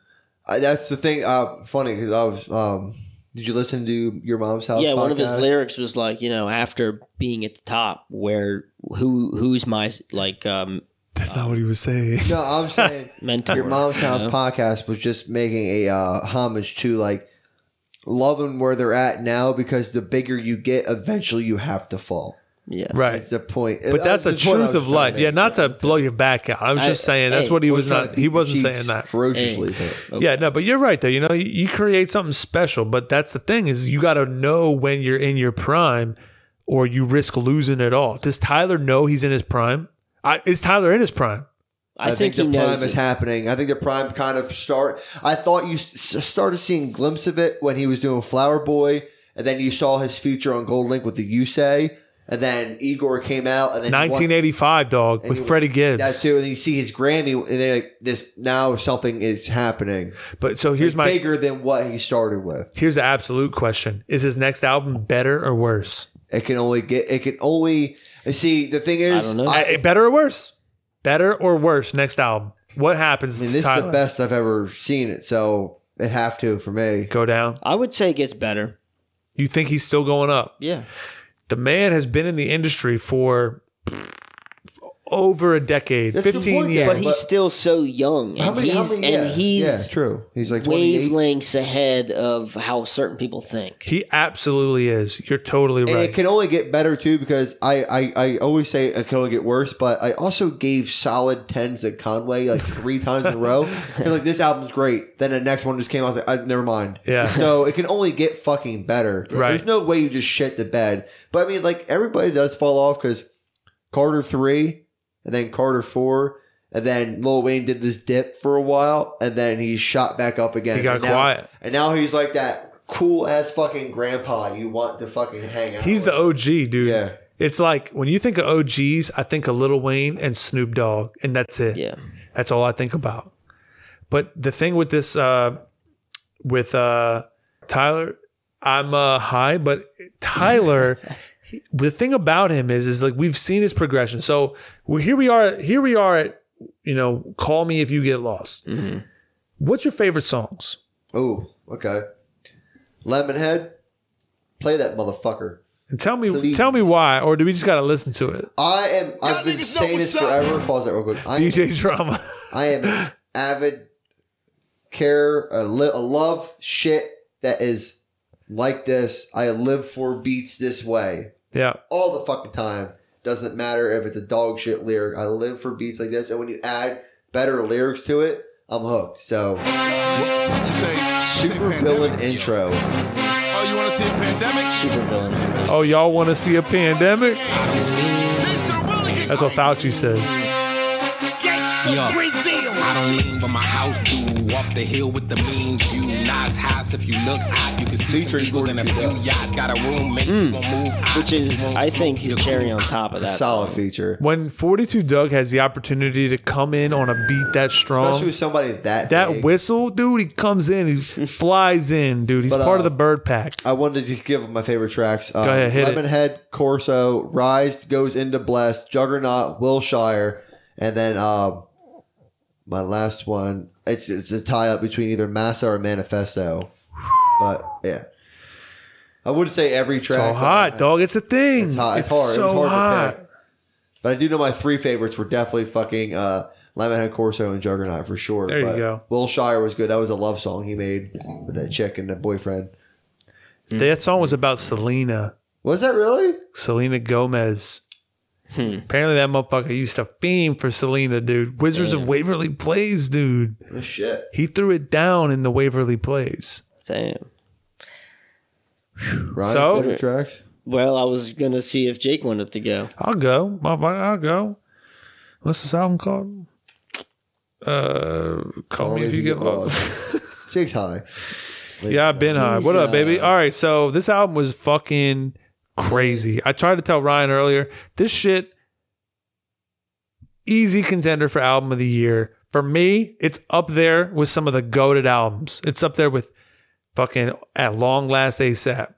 [SPEAKER 1] I, that's the thing. Uh, funny because I was. Um, did you listen to your mom's house?
[SPEAKER 3] yeah. One of his
[SPEAKER 1] podcast?
[SPEAKER 3] lyrics was like you know after being at the top, where who who's my like um,
[SPEAKER 2] That's not what he was saying.
[SPEAKER 1] No, I'm saying
[SPEAKER 3] mentor?
[SPEAKER 1] your mom's
[SPEAKER 3] you
[SPEAKER 1] house
[SPEAKER 3] know?
[SPEAKER 1] podcast was just making a uh, homage to like loving where they're at now because the bigger you get, eventually you have to fall.
[SPEAKER 3] Yeah.
[SPEAKER 2] Right.
[SPEAKER 1] That's the point.
[SPEAKER 3] uh,
[SPEAKER 2] But that's the truth of life. Yeah, not to blow your back out. I was
[SPEAKER 3] I-
[SPEAKER 2] just saying that's
[SPEAKER 3] hey,
[SPEAKER 2] what he was not he wasn't saying that.
[SPEAKER 1] ferociously.
[SPEAKER 2] Yeah, no, but you're right though. You know, you, you create something special, but that's the thing is you got to know when you're in your prime, or you risk losing it all. Does Tyler know he's in his prime? I, is Tyler in his prime?
[SPEAKER 1] I,
[SPEAKER 3] I,
[SPEAKER 1] think,
[SPEAKER 3] think, he
[SPEAKER 1] the
[SPEAKER 3] knows.
[SPEAKER 1] prime
[SPEAKER 3] it.
[SPEAKER 1] is happening. I think the prime kind of start. I thought you s- s- started seeing glimpse of it when he was doing Flower Boy, and then you saw his feature on Gold Link with the You Say, and then Igor came out, and then he won-
[SPEAKER 2] 1985, dog, with
[SPEAKER 1] Anyway,
[SPEAKER 2] Freddie Gibbs.
[SPEAKER 1] That's too, and you see his Grammy, and then like, this now something is happening.
[SPEAKER 2] but so here's my
[SPEAKER 1] bigger than what he started with.
[SPEAKER 2] here's the absolute question: Is his next album better or worse?
[SPEAKER 1] It can only get. It can only see. The thing is,
[SPEAKER 3] I don't know.
[SPEAKER 2] I, Eh, better or worse? Better or worse? Next album. What happens
[SPEAKER 1] I mean,
[SPEAKER 2] to
[SPEAKER 1] this is
[SPEAKER 2] Tyler?
[SPEAKER 1] the best I've ever seen it, so it have to for me.
[SPEAKER 2] Go down.
[SPEAKER 3] I would say it gets better.
[SPEAKER 2] You think he's still going up?
[SPEAKER 3] Yeah.
[SPEAKER 2] the man has been in the industry for over a decade,
[SPEAKER 1] That's the
[SPEAKER 2] 15
[SPEAKER 1] point, though.
[SPEAKER 2] years.
[SPEAKER 3] But he's still so young, and
[SPEAKER 1] How many? how
[SPEAKER 3] he's
[SPEAKER 1] many- yeah,
[SPEAKER 3] and he's
[SPEAKER 1] yeah, true. He's like twenty eight.
[SPEAKER 3] wavelengths ahead of how certain people think.
[SPEAKER 2] he absolutely is. You're totally
[SPEAKER 1] And
[SPEAKER 2] right.
[SPEAKER 1] it can only get better too because I, I, I always say it can only get worse, but I also gave solid tens at Conway like three times in a row. And like this album's great. Then the next one just came out. I was like, I, never mind.
[SPEAKER 2] Yeah.
[SPEAKER 1] So it can only get fucking better.
[SPEAKER 2] Right.
[SPEAKER 1] There's no way you just shit the bed. But I mean, like everybody does fall off because Carter three, and then Carter four, and then Lil Wayne did this dip for a while, and then he shot back up again.
[SPEAKER 2] He got
[SPEAKER 1] And now-
[SPEAKER 2] quiet.
[SPEAKER 1] and now he's like that cool ass fucking grandpa you want to fucking hang out.
[SPEAKER 2] he's the
[SPEAKER 1] with.
[SPEAKER 2] OG, dude.
[SPEAKER 1] yeah.
[SPEAKER 2] It's like when you think of OGs, I think of Lil Wayne and Snoop Dogg, and that's it.
[SPEAKER 3] Yeah.
[SPEAKER 2] That's all I think about. But the thing with this, uh, with uh, Tyler, I'm uh, high, but Tyler, he- the thing about him is, is like we've seen his progression. So well, here we are, here we are at you know, call me if you get lost.
[SPEAKER 3] Mhm.
[SPEAKER 2] What's your favorite songs?
[SPEAKER 1] Oh, okay. Lemonhead, play that motherfucker.
[SPEAKER 2] And tell me,
[SPEAKER 1] Please.
[SPEAKER 2] tell me why, or do we just got to listen to it?
[SPEAKER 1] I am. I've been saying this forever. Pause that real quick. I,
[SPEAKER 2] DJ Drama.
[SPEAKER 1] I am an avid care, I li- I love shit that is like this. I live for beats this way
[SPEAKER 2] yeah,
[SPEAKER 1] all the fucking time. Doesn't matter if it's a dog shit lyric. I live for beats like this, and when you add better lyrics to it, I'm hooked. So super villain intro. Mm.
[SPEAKER 7] Oh, you want to see a pandemic?
[SPEAKER 3] Super villain.
[SPEAKER 2] Oh, y'all want to see a pandemic? That's what Fauci said.
[SPEAKER 7] Yo, I don't lean, but my house do. Off the hill with the mean view. Nice house. If you look out, you can see some eagles and a few yachts. Got a roommate you gonna move out.
[SPEAKER 3] Which is, I think, the cherry on top of that.
[SPEAKER 1] Solid
[SPEAKER 3] song.
[SPEAKER 1] feature,
[SPEAKER 2] When 42 Doug has the opportunity to come in on a beat that strong,
[SPEAKER 1] especially with somebody that
[SPEAKER 2] that
[SPEAKER 1] big.
[SPEAKER 2] whistle, dude, he comes in, he flies in, dude. He's
[SPEAKER 1] But,
[SPEAKER 2] part of
[SPEAKER 1] uh,
[SPEAKER 2] the bird pack.
[SPEAKER 1] I wanted to give my favorite tracks. Uh,
[SPEAKER 2] ahead, hit it.
[SPEAKER 1] Lemonhead, Corso, Rise goes into Blessed, Juggernaut, Wilshire, and then um, my last one. It's it's a tie up between either Massa or Manifesto, but yeah, I wouldn't say every
[SPEAKER 2] It's
[SPEAKER 1] track.
[SPEAKER 2] all
[SPEAKER 1] but
[SPEAKER 2] hot,
[SPEAKER 1] I-
[SPEAKER 2] dog. It's a thing.
[SPEAKER 1] It's hot. It's, hard.
[SPEAKER 2] So
[SPEAKER 1] it was hard
[SPEAKER 2] hot.
[SPEAKER 1] to pick. But I do know my three favorites were definitely fucking uh, Lemonhead, Corso, and Juggernaut for sure.
[SPEAKER 2] There you
[SPEAKER 1] but
[SPEAKER 2] go.
[SPEAKER 1] Wilshire was good. That was a love song he made with that chick and the boyfriend. Mm.
[SPEAKER 2] That song was about Selena.
[SPEAKER 1] Was that really?
[SPEAKER 2] Selena Gomez.
[SPEAKER 1] Hmm.
[SPEAKER 2] Apparently that motherfucker used to fiend for Selena, dude. Wizards
[SPEAKER 1] Mm.
[SPEAKER 2] of Waverly Place, dude.
[SPEAKER 1] Oh, shit.
[SPEAKER 2] He threw it down in the Waverly Place.
[SPEAKER 3] Damn.
[SPEAKER 1] Ryan,
[SPEAKER 2] So-
[SPEAKER 1] favorite tracks.
[SPEAKER 3] Well, I was gonna see if Jake wanted to go.
[SPEAKER 2] I'll go, motherfucker. I'll go. What's this album called? Uh, call me if you get lost.
[SPEAKER 1] Jake's high.
[SPEAKER 2] Yeah, I've been high. What up, baby? All right, so this album was fucking crazy. I tried to tell Ryan earlier, this shit easy contender for album of the year. For me, it's up there with some of the goaded albums. It's up there with fucking at long last ASAP,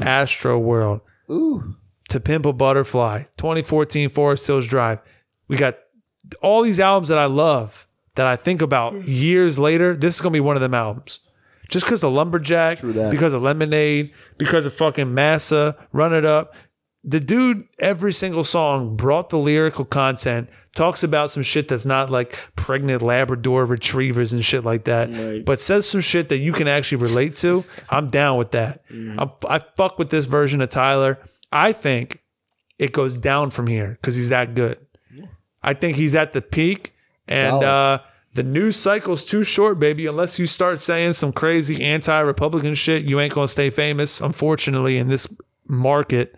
[SPEAKER 2] Astro World,
[SPEAKER 1] Ooh,
[SPEAKER 2] To Pimp a Butterfly, 2014 Forest Hills Drive. We got all these albums that I love that I think about years later. This is gonna be one of them albums. Just because of Lumberjack,
[SPEAKER 1] that.
[SPEAKER 2] because of Lemonade, because of fucking Massa, Run It Up. The dude, every single song brought the lyrical content, talks about some shit that's not like pregnant Labrador retrievers and shit like that,
[SPEAKER 3] Right.
[SPEAKER 2] but says some shit that you can actually relate to. I'm down with that. I'm, I fuck with this version of Tyler. I think it goes down from here because he's that good. I think he's at the peak, and
[SPEAKER 1] Solid.
[SPEAKER 2] uh, the news cycle's too short, baby. Unless you start saying some crazy anti-Republican shit, you ain't gonna stay famous. Unfortunately, in this market,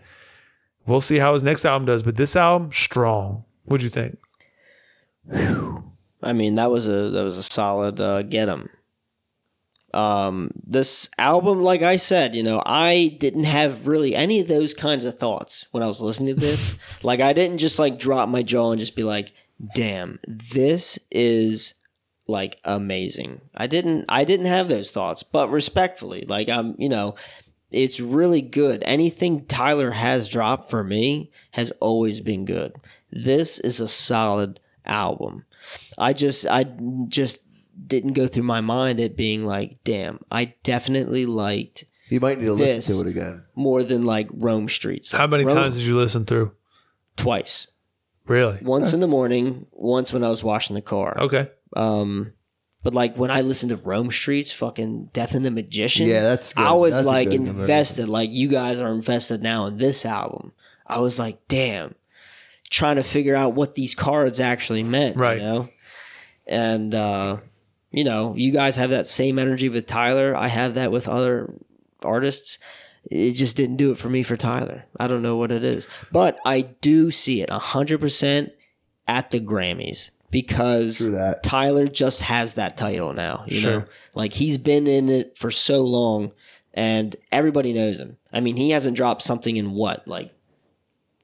[SPEAKER 2] we'll see how his next album does. But this album, strong. What'd you think?
[SPEAKER 3] I mean, that was a that was a solid uh, get 'em. Um, this album, like I said, you know, I didn't have really any of those kinds of thoughts when I was listening to this. like, I didn't just like drop my jaw and just be like, "Damn, this is like amazing." I didn't, I didn't have those thoughts. But respectfully, like, I'm, you know, it's really good. Anything Tyler has dropped for me has always been good. This is a solid album. I just I just didn't go through my mind it being like, damn, I definitely liked
[SPEAKER 1] you might need to
[SPEAKER 3] This.
[SPEAKER 1] listen to it again.
[SPEAKER 3] more than like Rome Streets.
[SPEAKER 2] How many
[SPEAKER 3] Rome-
[SPEAKER 2] times did you listen through?
[SPEAKER 3] Twice.
[SPEAKER 2] Really?
[SPEAKER 3] Once in the morning, once when I was washing the car.
[SPEAKER 2] Okay.
[SPEAKER 3] Um, but like when I listened to Rome Streets, fucking Death and the Magician.
[SPEAKER 1] Yeah, that's good.
[SPEAKER 3] I was
[SPEAKER 1] That's a
[SPEAKER 3] like
[SPEAKER 1] good comparison.
[SPEAKER 3] invested. Like you guys are invested now in this album. I was like, damn, trying to figure out what these cards actually meant.
[SPEAKER 2] Right.
[SPEAKER 3] You know? And uh, you know, you guys have that same energy with Tyler. I have that with other artists. It just didn't do it for me for Tyler. I don't know what it is. But I do see it hundred percent at the Grammys because
[SPEAKER 1] True that.
[SPEAKER 3] Tyler just has that title now. You
[SPEAKER 2] Sure.
[SPEAKER 3] know, like he's been in it for so long, and everybody knows him. I mean, he hasn't dropped something in what like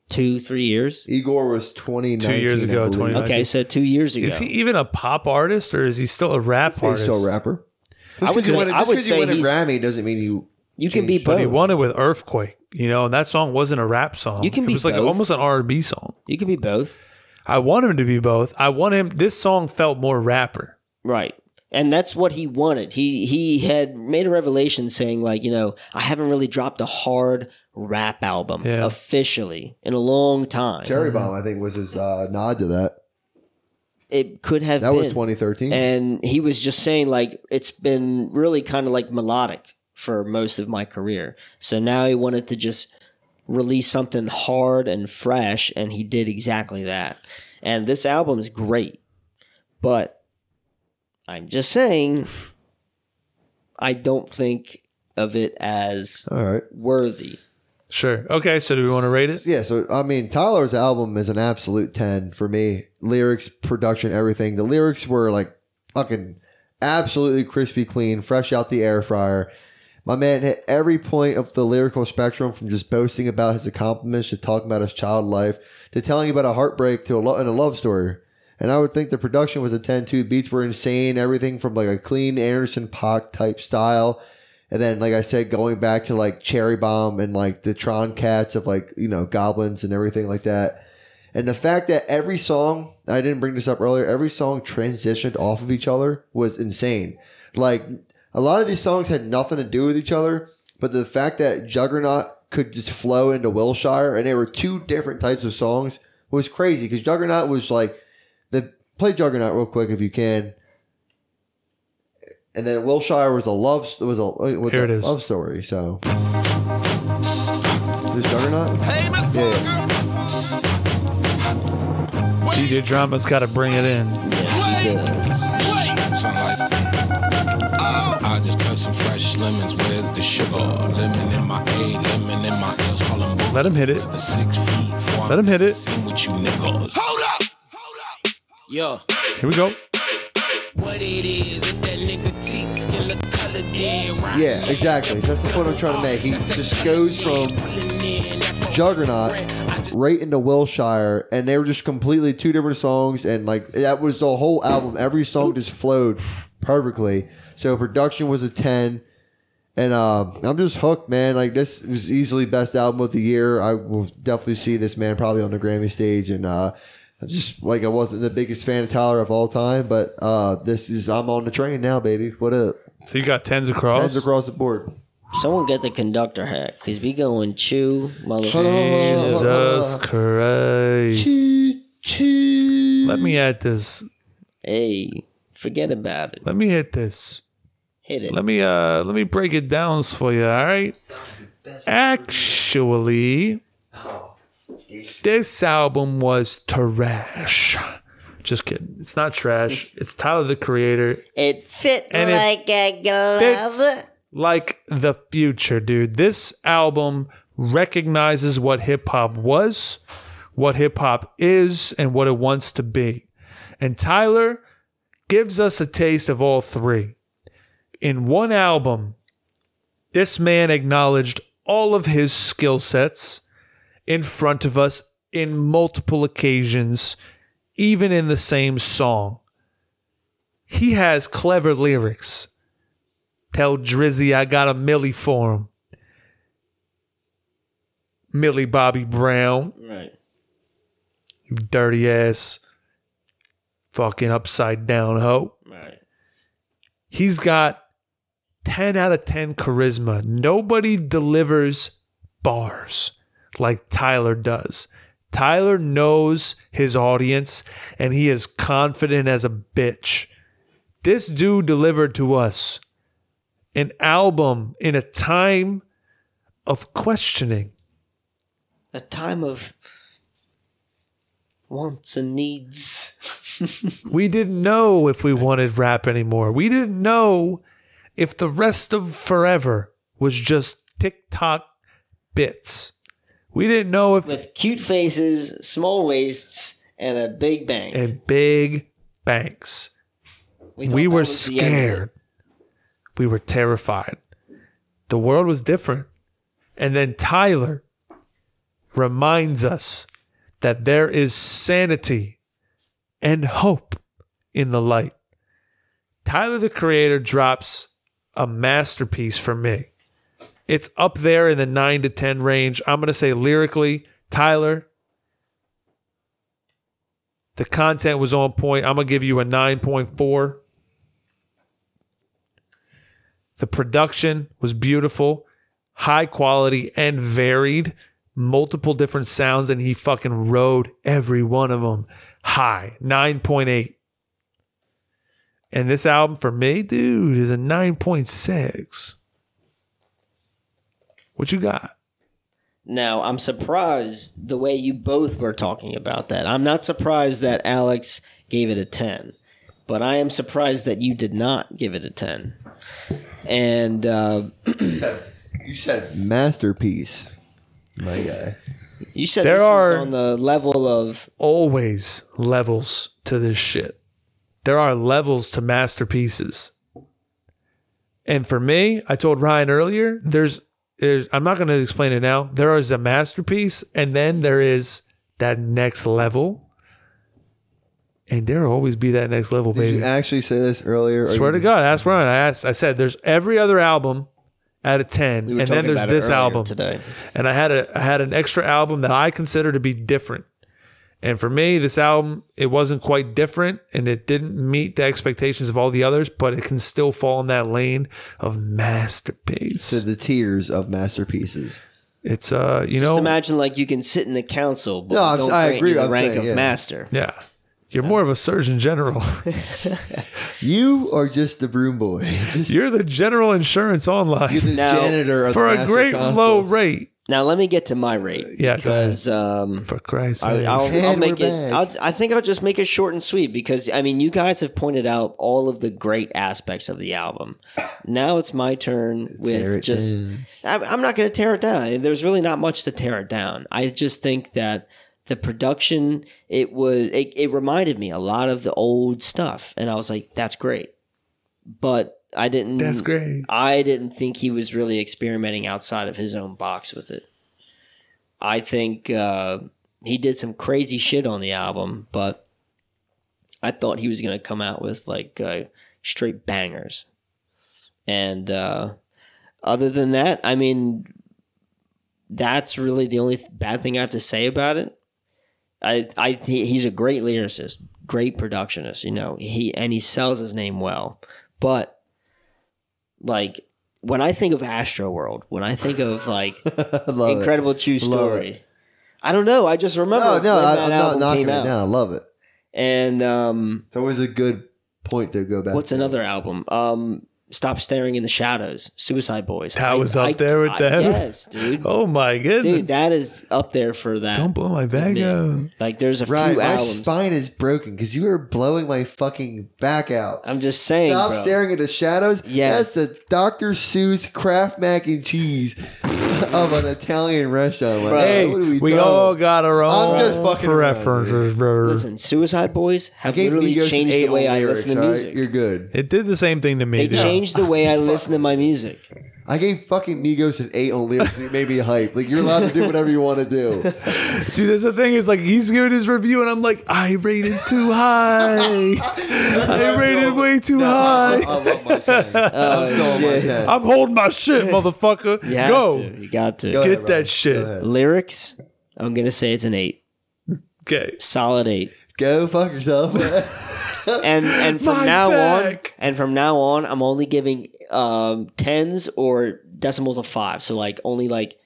[SPEAKER 3] two, three years.
[SPEAKER 1] Igor was twenty
[SPEAKER 2] Two years ago, 2019.
[SPEAKER 3] Okay, so two years ago.
[SPEAKER 2] Is he even a pop artist or is he still a rap
[SPEAKER 1] He's
[SPEAKER 2] artist?
[SPEAKER 1] still a rapper.
[SPEAKER 3] I would
[SPEAKER 1] Just 'cause you
[SPEAKER 3] say,
[SPEAKER 1] win a-
[SPEAKER 3] I
[SPEAKER 1] just
[SPEAKER 3] would
[SPEAKER 1] 'cause you
[SPEAKER 3] say
[SPEAKER 1] win a
[SPEAKER 3] he's,
[SPEAKER 1] Grammy doesn't mean you.
[SPEAKER 3] you can be
[SPEAKER 1] But
[SPEAKER 2] But he
[SPEAKER 3] both.
[SPEAKER 2] won it with Earthquake, you know, and that song wasn't a rap song.
[SPEAKER 3] You can
[SPEAKER 2] it
[SPEAKER 3] be
[SPEAKER 2] was like
[SPEAKER 3] both.
[SPEAKER 2] almost an R and B song.
[SPEAKER 3] You can be both.
[SPEAKER 2] I want him to be both. I want him. This song felt more rapper.
[SPEAKER 3] Right. And that's what he wanted. He he had made a revelation saying like, you know, I haven't really dropped a hard rap album
[SPEAKER 2] Yeah.
[SPEAKER 3] officially in a long time.
[SPEAKER 1] Cherry Bomb, I think, was his uh, nod to that.
[SPEAKER 3] It could have
[SPEAKER 1] That
[SPEAKER 3] been.
[SPEAKER 1] was 2013.
[SPEAKER 3] And he was just saying like it's been really kind of like melodic for most of my career. So now he wanted to just release something hard and fresh and he did exactly that. And this album is great. But I'm just saying I don't think of it as
[SPEAKER 1] All right.
[SPEAKER 3] worthy.
[SPEAKER 2] Sure. Okay. So do we want to rate it?
[SPEAKER 1] Yeah, so I mean, Tyler's album is an absolute 10 for me. Lyrics, production, everything. The lyrics were like fucking absolutely crispy clean, fresh out the air fryer. My man hit every point of the lyrical spectrum from just boasting about his accomplishments to talking about his child life to telling about a heartbreak to a, lo- and a love story. And I would think the production was a 10 2. Beats were insane. Everything from like a clean Anderson Pock type style. And then, like I said, going back to like Cherry Bomb and like the Tron Cats of like, you know, goblins and everything like that. And the fact that every song, I didn't bring this up earlier, every song transitioned off of each other was insane. Like, a lot of these songs had nothing to do with each other, but the fact that Juggernaut could just flow into Wilshire and they were two different types of songs was crazy because Juggernaut was like, the play Juggernaut real quick if you can. And then Wilshire was a love s- was a what
[SPEAKER 2] Here
[SPEAKER 1] the-
[SPEAKER 2] it is.
[SPEAKER 1] love story. So this Juggernaut.
[SPEAKER 7] Hey, Miss
[SPEAKER 1] Yeah.
[SPEAKER 2] DJ Drama's got to bring it in.
[SPEAKER 7] Sound like Oh. I just cut some fresh lemons. Where's the sugar? Lemon in my A, lemon in my L's. Call 'em both.
[SPEAKER 2] Let 'em hit it.
[SPEAKER 7] Another Six feet, four.
[SPEAKER 2] Let 'em hit it.
[SPEAKER 7] Seen with you niggas. Hold up! Hold up! Yeah.
[SPEAKER 2] Here we go.
[SPEAKER 7] What it is, it's that nigga T skin look color dead right.
[SPEAKER 1] Yeah, exactly. So that's the point I'm trying to make. He just goes from Juggernaut right into Wilshire, and they were just completely two different songs, and like that was the whole album. Every song just flowed perfectly. So production was a ten, and uh, I'm just hooked, man. Like this was easily best album of the year. I will definitely see this man probably on the Grammy stage, and uh, I'm just like I wasn't the biggest fan of Tyler of all time, but uh, this is I'm on the train now, baby. What up?
[SPEAKER 2] So you got tens across.
[SPEAKER 1] Hands across the board.
[SPEAKER 3] Someone get the conductor hat because we going chew motherfucker.
[SPEAKER 2] Jesus
[SPEAKER 1] Uh,
[SPEAKER 2] Christ. Let me at this.
[SPEAKER 3] Hey, forget about it.
[SPEAKER 2] Let me hit this.
[SPEAKER 3] Hit it.
[SPEAKER 2] Let me uh let me break it down for you, all right? Actually, this album was trash. Just kidding. It's not trash. It's Tyler the Creator.
[SPEAKER 3] It fits
[SPEAKER 2] And it
[SPEAKER 3] like a glove.
[SPEAKER 2] fits. Like the future, dude. This album recognizes what hip hop was, what hip hop is, and what it wants to be. And Tyler gives us a taste of all three. In one album, this man acknowledged all of his skill sets in front of us in multiple occasions, even in the same song. He has clever lyrics. Tell Drizzy I got a Millie for him. Millie Bobby Brown,
[SPEAKER 3] Right.
[SPEAKER 2] you dirty ass, fucking upside down hoe.
[SPEAKER 3] Right.
[SPEAKER 2] He's got 10 out of 10 charisma. Nobody delivers bars like Tyler does. Tyler knows his audience and he is confident as a bitch. This dude delivered to us an album in a time of questioning.
[SPEAKER 3] A time of wants and needs.
[SPEAKER 2] We didn't know if we wanted rap anymore. We didn't know if the rest of forever was just TikTok bits. We didn't know if
[SPEAKER 3] With cute faces, small waists, and a big bang.
[SPEAKER 2] and big banks.
[SPEAKER 3] thought
[SPEAKER 2] we
[SPEAKER 3] that
[SPEAKER 2] were
[SPEAKER 3] was the end of it.
[SPEAKER 2] scared. We were terrified. The world was different. And then Tyler reminds us that there is sanity and hope in the light. Tyler the Creator drops a masterpiece for me. It's up there in the 9 to 10 range. I'm going to say lyrically, Tyler The content was on point. I'm gonna give you a 9.4. The production was beautiful, high quality and varied, multiple different sounds, and he fucking rode every one of them high. 9.8. And this album for me, dude, is a 9.6. What you got?
[SPEAKER 3] Now, I'm surprised the way you both were talking about that. I'm not surprised that Alex gave it a 10, but I am surprised that you did not give it a 10. And uh,
[SPEAKER 1] You said masterpiece, my guy.
[SPEAKER 3] you said
[SPEAKER 2] There
[SPEAKER 3] this was
[SPEAKER 2] are-
[SPEAKER 3] on the level of
[SPEAKER 2] always levels to this shit. There are levels to masterpieces. And for me, I told Ryan earlier, there's there's I'm not going to explain it now. There is a masterpiece and then there is that next level. And there'll always be that next level,
[SPEAKER 1] Did
[SPEAKER 2] baby.
[SPEAKER 1] you actually say this earlier? or
[SPEAKER 2] Swear to
[SPEAKER 1] you-
[SPEAKER 2] God, ask Ryan. I asked I said there's every other album out of 10
[SPEAKER 3] we were
[SPEAKER 2] and then
[SPEAKER 3] talking
[SPEAKER 2] there's
[SPEAKER 3] about it
[SPEAKER 2] this
[SPEAKER 3] earlier
[SPEAKER 2] album
[SPEAKER 3] today.
[SPEAKER 2] and I had a I had an extra album that I consider to be different. And for me, this album it wasn't quite different, and it didn't meet the expectations of all the others, but it can still fall in that lane of masterpiece.
[SPEAKER 1] To the tiers of masterpieces.
[SPEAKER 2] It's uh, you
[SPEAKER 3] Just
[SPEAKER 2] know,
[SPEAKER 3] imagine like you can sit in the council, but
[SPEAKER 1] Oh. No, I'm-
[SPEAKER 3] don't
[SPEAKER 1] I
[SPEAKER 3] grant
[SPEAKER 1] agree
[SPEAKER 3] you
[SPEAKER 1] with
[SPEAKER 3] the
[SPEAKER 1] what I'm
[SPEAKER 3] rank
[SPEAKER 1] saying,
[SPEAKER 3] of
[SPEAKER 1] yeah.
[SPEAKER 3] master.
[SPEAKER 2] yeah, you're more of a surgeon general.
[SPEAKER 1] You are just the broom boy. Just
[SPEAKER 2] you're the general insurance online
[SPEAKER 1] the
[SPEAKER 3] Now,
[SPEAKER 1] janitor of
[SPEAKER 2] for
[SPEAKER 1] the
[SPEAKER 2] a
[SPEAKER 1] master
[SPEAKER 2] great
[SPEAKER 1] console.
[SPEAKER 2] low rate.
[SPEAKER 3] Now let me get to my
[SPEAKER 1] Uh,
[SPEAKER 3] rate.
[SPEAKER 2] Yeah, go ahead.
[SPEAKER 3] because um,
[SPEAKER 2] For Christ's
[SPEAKER 3] I,
[SPEAKER 2] sake,
[SPEAKER 3] I'll, I'll
[SPEAKER 1] And
[SPEAKER 3] make
[SPEAKER 1] we're
[SPEAKER 3] it.
[SPEAKER 1] back.
[SPEAKER 3] I'll, I think I'll just make it short and sweet because I mean, you guys have pointed out all of the great aspects of the album. Now it's my turn with just. I, I'm not going to tear it down. There's really not much to tear it down. I just think that the production it was it, it reminded me a lot of the old stuff, and I was like, that's great, but I didn't.
[SPEAKER 2] that's great.
[SPEAKER 3] I didn't think he was really experimenting outside of his own box with it. I think uh, he did some crazy shit on the album, but I thought he was going to come out with like uh, straight bangers. And uh, other than that, I mean, that's really the only th- bad thing I have to say about it. I, I he- he's a great lyricist, great productionist, you know. He and he sells his name well, but like when I think of Astro World, when I think of like
[SPEAKER 1] I love it.
[SPEAKER 3] incredible true
[SPEAKER 1] Love
[SPEAKER 3] story, I don't know. I just remember
[SPEAKER 1] No, no,
[SPEAKER 3] when
[SPEAKER 1] I,
[SPEAKER 3] that
[SPEAKER 1] I'm not
[SPEAKER 3] album
[SPEAKER 1] knocking it
[SPEAKER 3] came out.
[SPEAKER 1] down. I love it.
[SPEAKER 3] And um,
[SPEAKER 1] It's always a good point to go back.
[SPEAKER 3] what's
[SPEAKER 1] to.
[SPEAKER 3] another album? Um, Stop staring in the shadows. Suicide Boys.
[SPEAKER 2] That was up there with them.
[SPEAKER 3] Yes, dude.
[SPEAKER 2] Oh my goodness,
[SPEAKER 3] Dude, that is up there for that.
[SPEAKER 2] don't blow my bag
[SPEAKER 3] me.
[SPEAKER 2] up.
[SPEAKER 3] Like, there's a
[SPEAKER 1] Ryan,
[SPEAKER 3] few
[SPEAKER 1] my
[SPEAKER 3] albums.
[SPEAKER 1] spine is broken because you are blowing my fucking back out.
[SPEAKER 3] I'm just saying,
[SPEAKER 1] Stop
[SPEAKER 3] bro.
[SPEAKER 1] staring at the shadows.
[SPEAKER 3] Yes.
[SPEAKER 1] That's the Dr. Seuss Kraft mac and cheese of an Italian restaurant. Like,
[SPEAKER 2] Hey,
[SPEAKER 1] what are
[SPEAKER 2] we,
[SPEAKER 1] doing?
[SPEAKER 2] all got our own
[SPEAKER 1] I'm just fucking around,
[SPEAKER 2] preferences, brother.
[SPEAKER 3] Listen, Suicide Boys
[SPEAKER 1] I
[SPEAKER 3] have
[SPEAKER 1] gave
[SPEAKER 3] literally
[SPEAKER 1] Migos an
[SPEAKER 3] changed
[SPEAKER 1] eight
[SPEAKER 3] the way
[SPEAKER 1] on
[SPEAKER 3] I
[SPEAKER 1] lyrics,
[SPEAKER 3] listen to
[SPEAKER 1] all right?
[SPEAKER 3] music.
[SPEAKER 1] You're good.
[SPEAKER 2] it did the same thing to me.
[SPEAKER 3] They
[SPEAKER 2] dude.
[SPEAKER 3] changed the way I listen to my music.
[SPEAKER 1] I gave fucking Migos an eight on lyrics. It made me hype. Like you're allowed to do whatever you want to do.
[SPEAKER 2] Dude, that's the thing is like he's giving his review, and I'm like, I rated too high. I rated way too
[SPEAKER 1] I,
[SPEAKER 2] high.
[SPEAKER 1] I love my time. I'm still on
[SPEAKER 3] Um,
[SPEAKER 1] my time.
[SPEAKER 2] I'm holding my shit, motherfucker.
[SPEAKER 3] You have
[SPEAKER 2] Go
[SPEAKER 3] to. You got to.
[SPEAKER 1] Go ahead,
[SPEAKER 2] get
[SPEAKER 1] Ryan.
[SPEAKER 2] that shit.
[SPEAKER 1] Go ahead.
[SPEAKER 3] Lyrics, I'm gonna say it's an eight,
[SPEAKER 2] okay.
[SPEAKER 3] solid eight.
[SPEAKER 1] Go fuck yourself.
[SPEAKER 3] And and from
[SPEAKER 2] My
[SPEAKER 3] now
[SPEAKER 2] back.
[SPEAKER 3] on, and from now on, I'm only giving um, tens or decimals of five. So like only like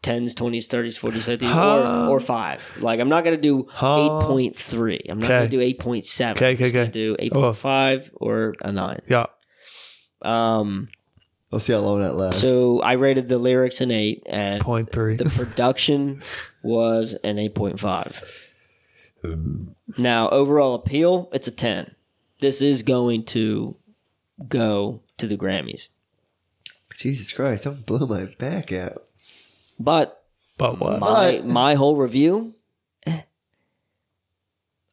[SPEAKER 3] tens, twenties, thirties, forties, fifties,
[SPEAKER 2] Huh.
[SPEAKER 3] or or five. Like I'm not gonna do
[SPEAKER 2] Huh.
[SPEAKER 3] eight point three. I'm not
[SPEAKER 2] Okay.
[SPEAKER 3] gonna do eight point seven.
[SPEAKER 2] Okay,
[SPEAKER 3] I'm just
[SPEAKER 2] okay,
[SPEAKER 3] gonna
[SPEAKER 2] okay. Oh.
[SPEAKER 3] Do eight point five or a nine.
[SPEAKER 2] Yeah.
[SPEAKER 3] Um.
[SPEAKER 1] We'll see how long that lasts.
[SPEAKER 3] So I rated the lyrics an eight, and
[SPEAKER 2] Point three.
[SPEAKER 3] the production was an 8.5. Now, overall appeal, it's a 10. This is going to go to the Grammys.
[SPEAKER 1] Jesus Christ, don't blow my back out.
[SPEAKER 3] But
[SPEAKER 2] but what?
[SPEAKER 3] my,
[SPEAKER 1] But-
[SPEAKER 3] my whole review, eh,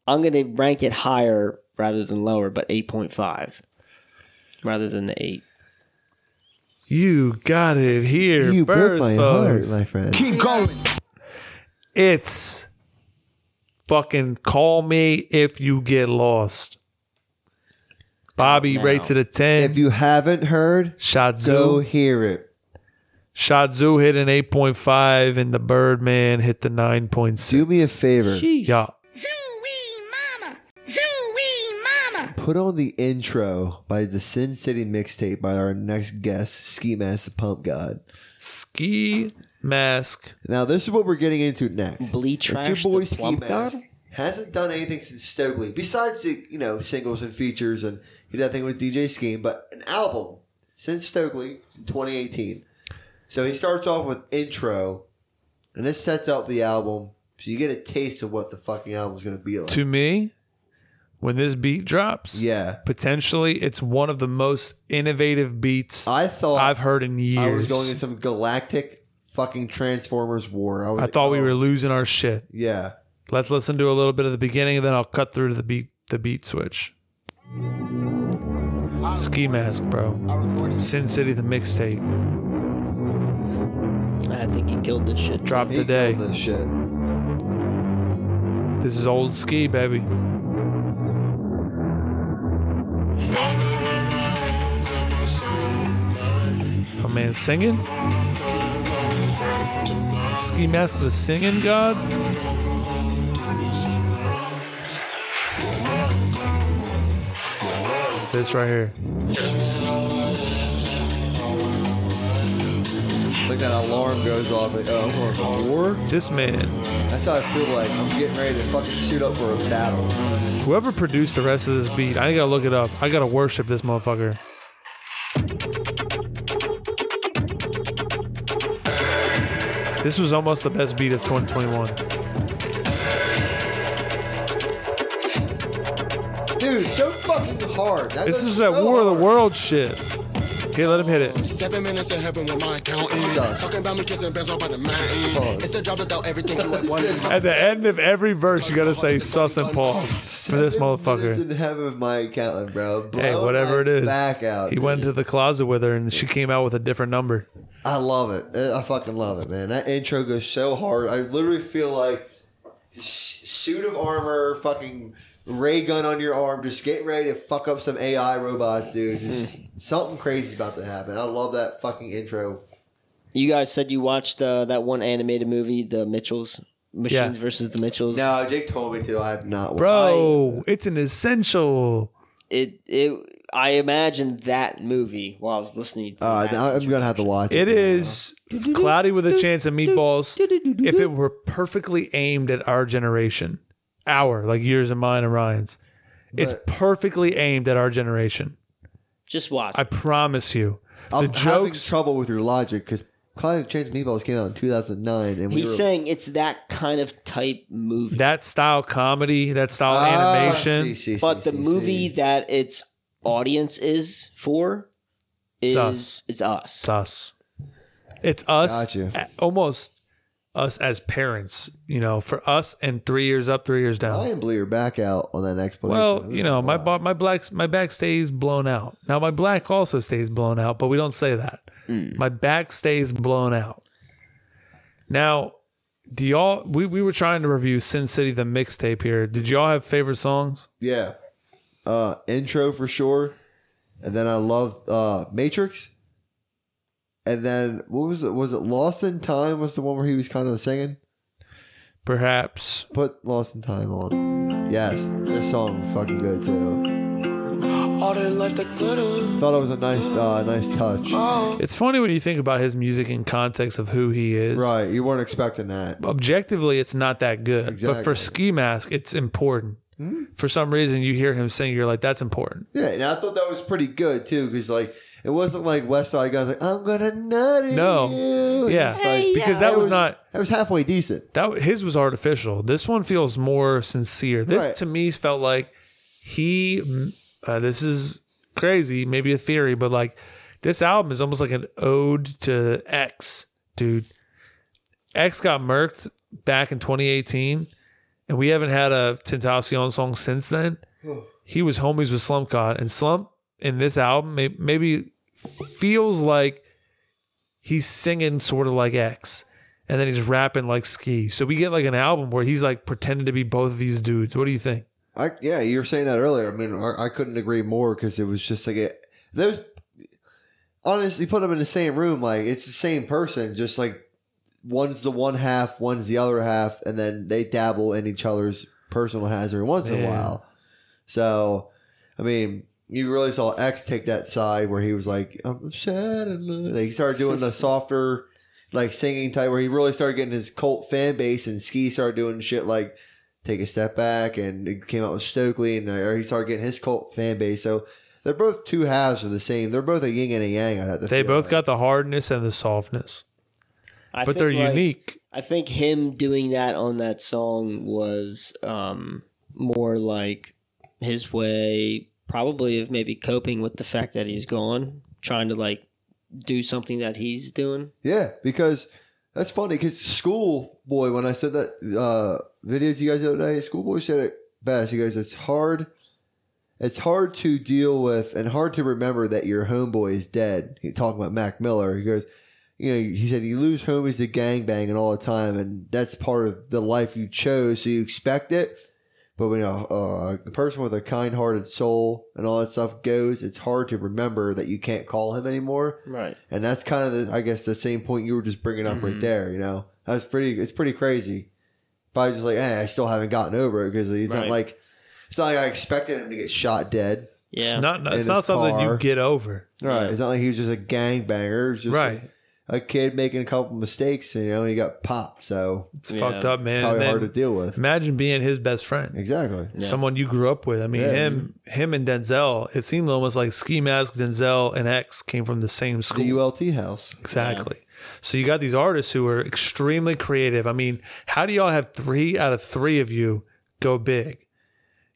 [SPEAKER 3] I'm going to rank it higher rather than lower, but 8.5 rather than the 8.
[SPEAKER 2] you got it here.
[SPEAKER 1] You broke
[SPEAKER 2] first,
[SPEAKER 1] my heart,
[SPEAKER 2] folks.
[SPEAKER 1] my friend.
[SPEAKER 2] It's fucking call me if you get lost. Bobby
[SPEAKER 3] Now.
[SPEAKER 2] rates it a ten.
[SPEAKER 1] If you haven't heard,
[SPEAKER 2] Shadzu.
[SPEAKER 1] go hear it.
[SPEAKER 2] Shadzu hit an 8.5 and the Birdman hit the 9.6.
[SPEAKER 1] Do me a favor.
[SPEAKER 2] Yeah.
[SPEAKER 5] Chewy, my
[SPEAKER 1] Put on the intro by the Sin City mixtape by our next guest, Ski Mask the Pump God.
[SPEAKER 2] Ski mask.
[SPEAKER 1] Now, this is what we're getting into next.
[SPEAKER 3] Bleach
[SPEAKER 1] If
[SPEAKER 3] trash
[SPEAKER 1] your boy
[SPEAKER 3] the
[SPEAKER 1] Ski
[SPEAKER 3] plump
[SPEAKER 1] Mask
[SPEAKER 3] god?
[SPEAKER 1] hasn't done anything since Stokely, besides the, you know singles and features, and he did that thing with DJ Scheme, but an album since Stokely in 2018. So he starts off with intro, and this sets up the album, so you get a taste of what the fucking album's going to be like.
[SPEAKER 2] To me, when this beat drops,
[SPEAKER 1] yeah,
[SPEAKER 2] potentially it's one of the most innovative beats
[SPEAKER 1] I thought
[SPEAKER 2] I've heard in years.
[SPEAKER 1] I was going in some galactic fucking Transformers war. I, was
[SPEAKER 2] I
[SPEAKER 1] like,
[SPEAKER 2] thought we
[SPEAKER 1] oh,
[SPEAKER 2] were losing our shit.
[SPEAKER 1] yeah.
[SPEAKER 2] Let's listen to a little bit of the beginning, and then I'll cut through to the beat the beat switch. Ski mask, bro. Sin City the mixtape
[SPEAKER 3] I think he killed this shit.
[SPEAKER 2] dropped
[SPEAKER 1] He
[SPEAKER 2] today.
[SPEAKER 1] killed This shit.
[SPEAKER 2] This is old ski, baby. Oh man, singing? Ski mask the singing god? This right here.
[SPEAKER 1] It's like that alarm goes off. Like, oh, I'm going to war.
[SPEAKER 2] This man,
[SPEAKER 1] That's how I feel like I'm getting ready to fucking suit up for a battle.
[SPEAKER 2] whoever produced the rest of this beat, I gotta look it up. I gotta worship this motherfucker. This was almost the best beat of 2021.
[SPEAKER 1] Dude, so fucking hard. That
[SPEAKER 2] This
[SPEAKER 1] goes
[SPEAKER 2] is that
[SPEAKER 1] so
[SPEAKER 2] War of the
[SPEAKER 1] hard.
[SPEAKER 2] World shit. Here, let him hit it.
[SPEAKER 8] Seven minutes in heaven with my accountant.
[SPEAKER 1] Jesus.
[SPEAKER 8] Talking about me kissing bands all by the
[SPEAKER 1] Pause.
[SPEAKER 8] mountain. It's the job without everything you at one.
[SPEAKER 2] At the end of every verse, you gotta say sus and pause for this
[SPEAKER 1] Seven minutes
[SPEAKER 2] motherfucker.
[SPEAKER 1] In heaven with my accountant, bro.
[SPEAKER 2] Hey,
[SPEAKER 1] Blow
[SPEAKER 2] whatever
[SPEAKER 1] my
[SPEAKER 2] it is.
[SPEAKER 1] Back out.
[SPEAKER 2] He went to the closet with her and she came out with a different number.
[SPEAKER 1] I love it. Uh, I fucking love it, man. That intro goes so hard. I literally feel like s- suit of armor, fucking ray gun on your arm, just getting ready to fuck up some AI robots, dude.
[SPEAKER 2] Hmm.
[SPEAKER 1] Just something crazy about to happen. I love that fucking intro.
[SPEAKER 3] You guys said you watched uh, that one animated movie, The Mitchells, Machines
[SPEAKER 2] Yeah.
[SPEAKER 3] versus the Mitchells.
[SPEAKER 1] No, Jake told me to. I have not.
[SPEAKER 2] Bro, it's an essential.
[SPEAKER 3] It it. I imagined that movie while I was listening. To
[SPEAKER 1] Uh,
[SPEAKER 3] that
[SPEAKER 1] now I'm
[SPEAKER 3] intro.
[SPEAKER 1] gonna have to watch it.
[SPEAKER 2] It is cloudy with a chance of meatballs. If it were perfectly aimed at our generation, our like yours and mine and Ryan's, it's
[SPEAKER 1] But-
[SPEAKER 2] perfectly aimed at our generation.
[SPEAKER 3] Just watch.
[SPEAKER 2] I promise you. The
[SPEAKER 1] I'm having
[SPEAKER 2] jokes.
[SPEAKER 1] trouble with your logic because Cloudy Chance Meatballs came out in 2009, and we
[SPEAKER 3] He's
[SPEAKER 1] were,
[SPEAKER 3] saying it's that kind of type movie,
[SPEAKER 2] that style comedy, that style
[SPEAKER 1] Ah, see,
[SPEAKER 2] animation,
[SPEAKER 1] see,
[SPEAKER 3] but
[SPEAKER 1] see,
[SPEAKER 3] the
[SPEAKER 1] see,
[SPEAKER 3] movie
[SPEAKER 1] see.
[SPEAKER 3] that its audience is for is
[SPEAKER 2] us.
[SPEAKER 3] is us.
[SPEAKER 2] it's us. It's us,
[SPEAKER 1] Gotcha.
[SPEAKER 2] a- almost us as parents, you know, for us and three years up, three years down.
[SPEAKER 1] I am blew your back out on that explanation.
[SPEAKER 2] Well,
[SPEAKER 1] It was
[SPEAKER 2] you know, my
[SPEAKER 1] wild.
[SPEAKER 2] bo- my black my back stays blown out. Now my black also stays blown out, but we don't say that.
[SPEAKER 1] Mm.
[SPEAKER 2] My back stays blown out. Now, do y'all we, we were trying to review Sin City the mixtape here. Did y'all have favorite songs?
[SPEAKER 1] Yeah. Uh intro for sure. And then I love uh Matrix. And then what was it? Was it Lost in Time was the one where he was kind of singing?
[SPEAKER 2] Perhaps.
[SPEAKER 1] Put Lost in Time on. Yes. This song was fucking good too.
[SPEAKER 8] All the life that glitter.
[SPEAKER 1] Thought it was a nice uh nice touch.
[SPEAKER 2] It's funny when you think about his music in context of who he is.
[SPEAKER 1] Right. You weren't expecting that.
[SPEAKER 2] Objectively, it's not that good. But for
[SPEAKER 1] Exactly. Hmm?
[SPEAKER 2] Ski Mask, it's important. For some reason, you hear him sing, you're like, that's important.
[SPEAKER 1] Yeah, and I thought that was pretty good too, because like it wasn't like West Side Guns like, I'm gonna nut it.
[SPEAKER 2] No.
[SPEAKER 1] You.
[SPEAKER 2] Yeah.
[SPEAKER 1] It's like-
[SPEAKER 2] Because that
[SPEAKER 1] It
[SPEAKER 2] was not
[SPEAKER 1] that was halfway decent.
[SPEAKER 2] that his was artificial. This one feels more sincere. This
[SPEAKER 1] Right.
[SPEAKER 2] to me felt like he. Uh, this is crazy, maybe a theory, but like this album is almost like an ode to X, dude. X got murked back in 2018, and we haven't had a Tentacion song since then. He was homies with Slump God, and Slump in this album may, maybe feels like he's singing sort of like X and then he's rapping like Ski. So we get like an album where he's like pretending to be both of these dudes. What do you think?
[SPEAKER 1] I yeah, you were saying that earlier. I mean, I, I couldn't agree more because it was just like it. Those honestly put them in the same room, like it's the same person, just like one's the one half, one's the other half, and then they dabble in each other's personal halves every once in
[SPEAKER 2] Man.
[SPEAKER 1] a while. So I mean, you really saw X take that side where he was like, "I'm sad and lo-" like, he started doing the softer, like singing type where he really started getting his cult fan base, and Ski started doing shit like take a step back, and it came out with Stokely, and uh, or he started getting his cult fan base. So they're both two halves of the same. They're both a yin and a yang. I have to
[SPEAKER 2] They
[SPEAKER 1] feel
[SPEAKER 2] both
[SPEAKER 1] like.
[SPEAKER 2] got the hardness and the softness,
[SPEAKER 3] I
[SPEAKER 2] but
[SPEAKER 3] think,
[SPEAKER 2] they're
[SPEAKER 3] like,
[SPEAKER 2] unique.
[SPEAKER 3] I think him doing that on that song was um, more like his way, probably of maybe coping with the fact that he's gone, trying to like do something that he's doing.
[SPEAKER 1] Yeah, because that's funny. Because Schoolboy, when I said that uh, video to you guys the other day, Schoolboy said it best. He goes, "It's hard, it's hard to deal with, and hard to remember that your homeboy is dead." He's talking about Mac Miller. He goes, "You know," he said, "You lose homies to gangbanging all the time, and that's part of the life you chose, so you expect it." But when a, a person with a kind-hearted soul and all that stuff goes, it's hard to remember that you can't call him anymore.
[SPEAKER 3] Right.
[SPEAKER 1] And that's kind of, the, I guess, the same point you were just bringing up
[SPEAKER 2] Mm-hmm.
[SPEAKER 1] right there. You know, that's pretty. It's pretty crazy. Probably just like, eh, I still haven't gotten over it because it's not
[SPEAKER 3] Right.
[SPEAKER 1] like it's not like I expected him to get shot dead.
[SPEAKER 3] Yeah.
[SPEAKER 2] It's not. It's
[SPEAKER 1] his
[SPEAKER 2] not something
[SPEAKER 1] car.
[SPEAKER 2] you get over.
[SPEAKER 1] Right. It's not like he was just a gangbanger. It was just
[SPEAKER 2] Right.
[SPEAKER 1] a, a kid making a couple mistakes. You know, and he got popped. So
[SPEAKER 2] It's
[SPEAKER 3] Yeah.
[SPEAKER 2] fucked up, man.
[SPEAKER 1] probably
[SPEAKER 2] And
[SPEAKER 1] hard to
[SPEAKER 2] then
[SPEAKER 1] deal with.
[SPEAKER 2] imagine being his best friend.
[SPEAKER 1] Exactly.
[SPEAKER 3] Yeah.
[SPEAKER 2] someone you grew up with. I mean,
[SPEAKER 1] Yeah.
[SPEAKER 2] him, him, and Denzel. It seemed almost like Ski Mask, Denzel, and X came from the same
[SPEAKER 1] The
[SPEAKER 2] school.
[SPEAKER 1] ULT house.
[SPEAKER 2] exactly. So you got these artists who are extremely creative. I mean, how do y'all have three out of three of you go big?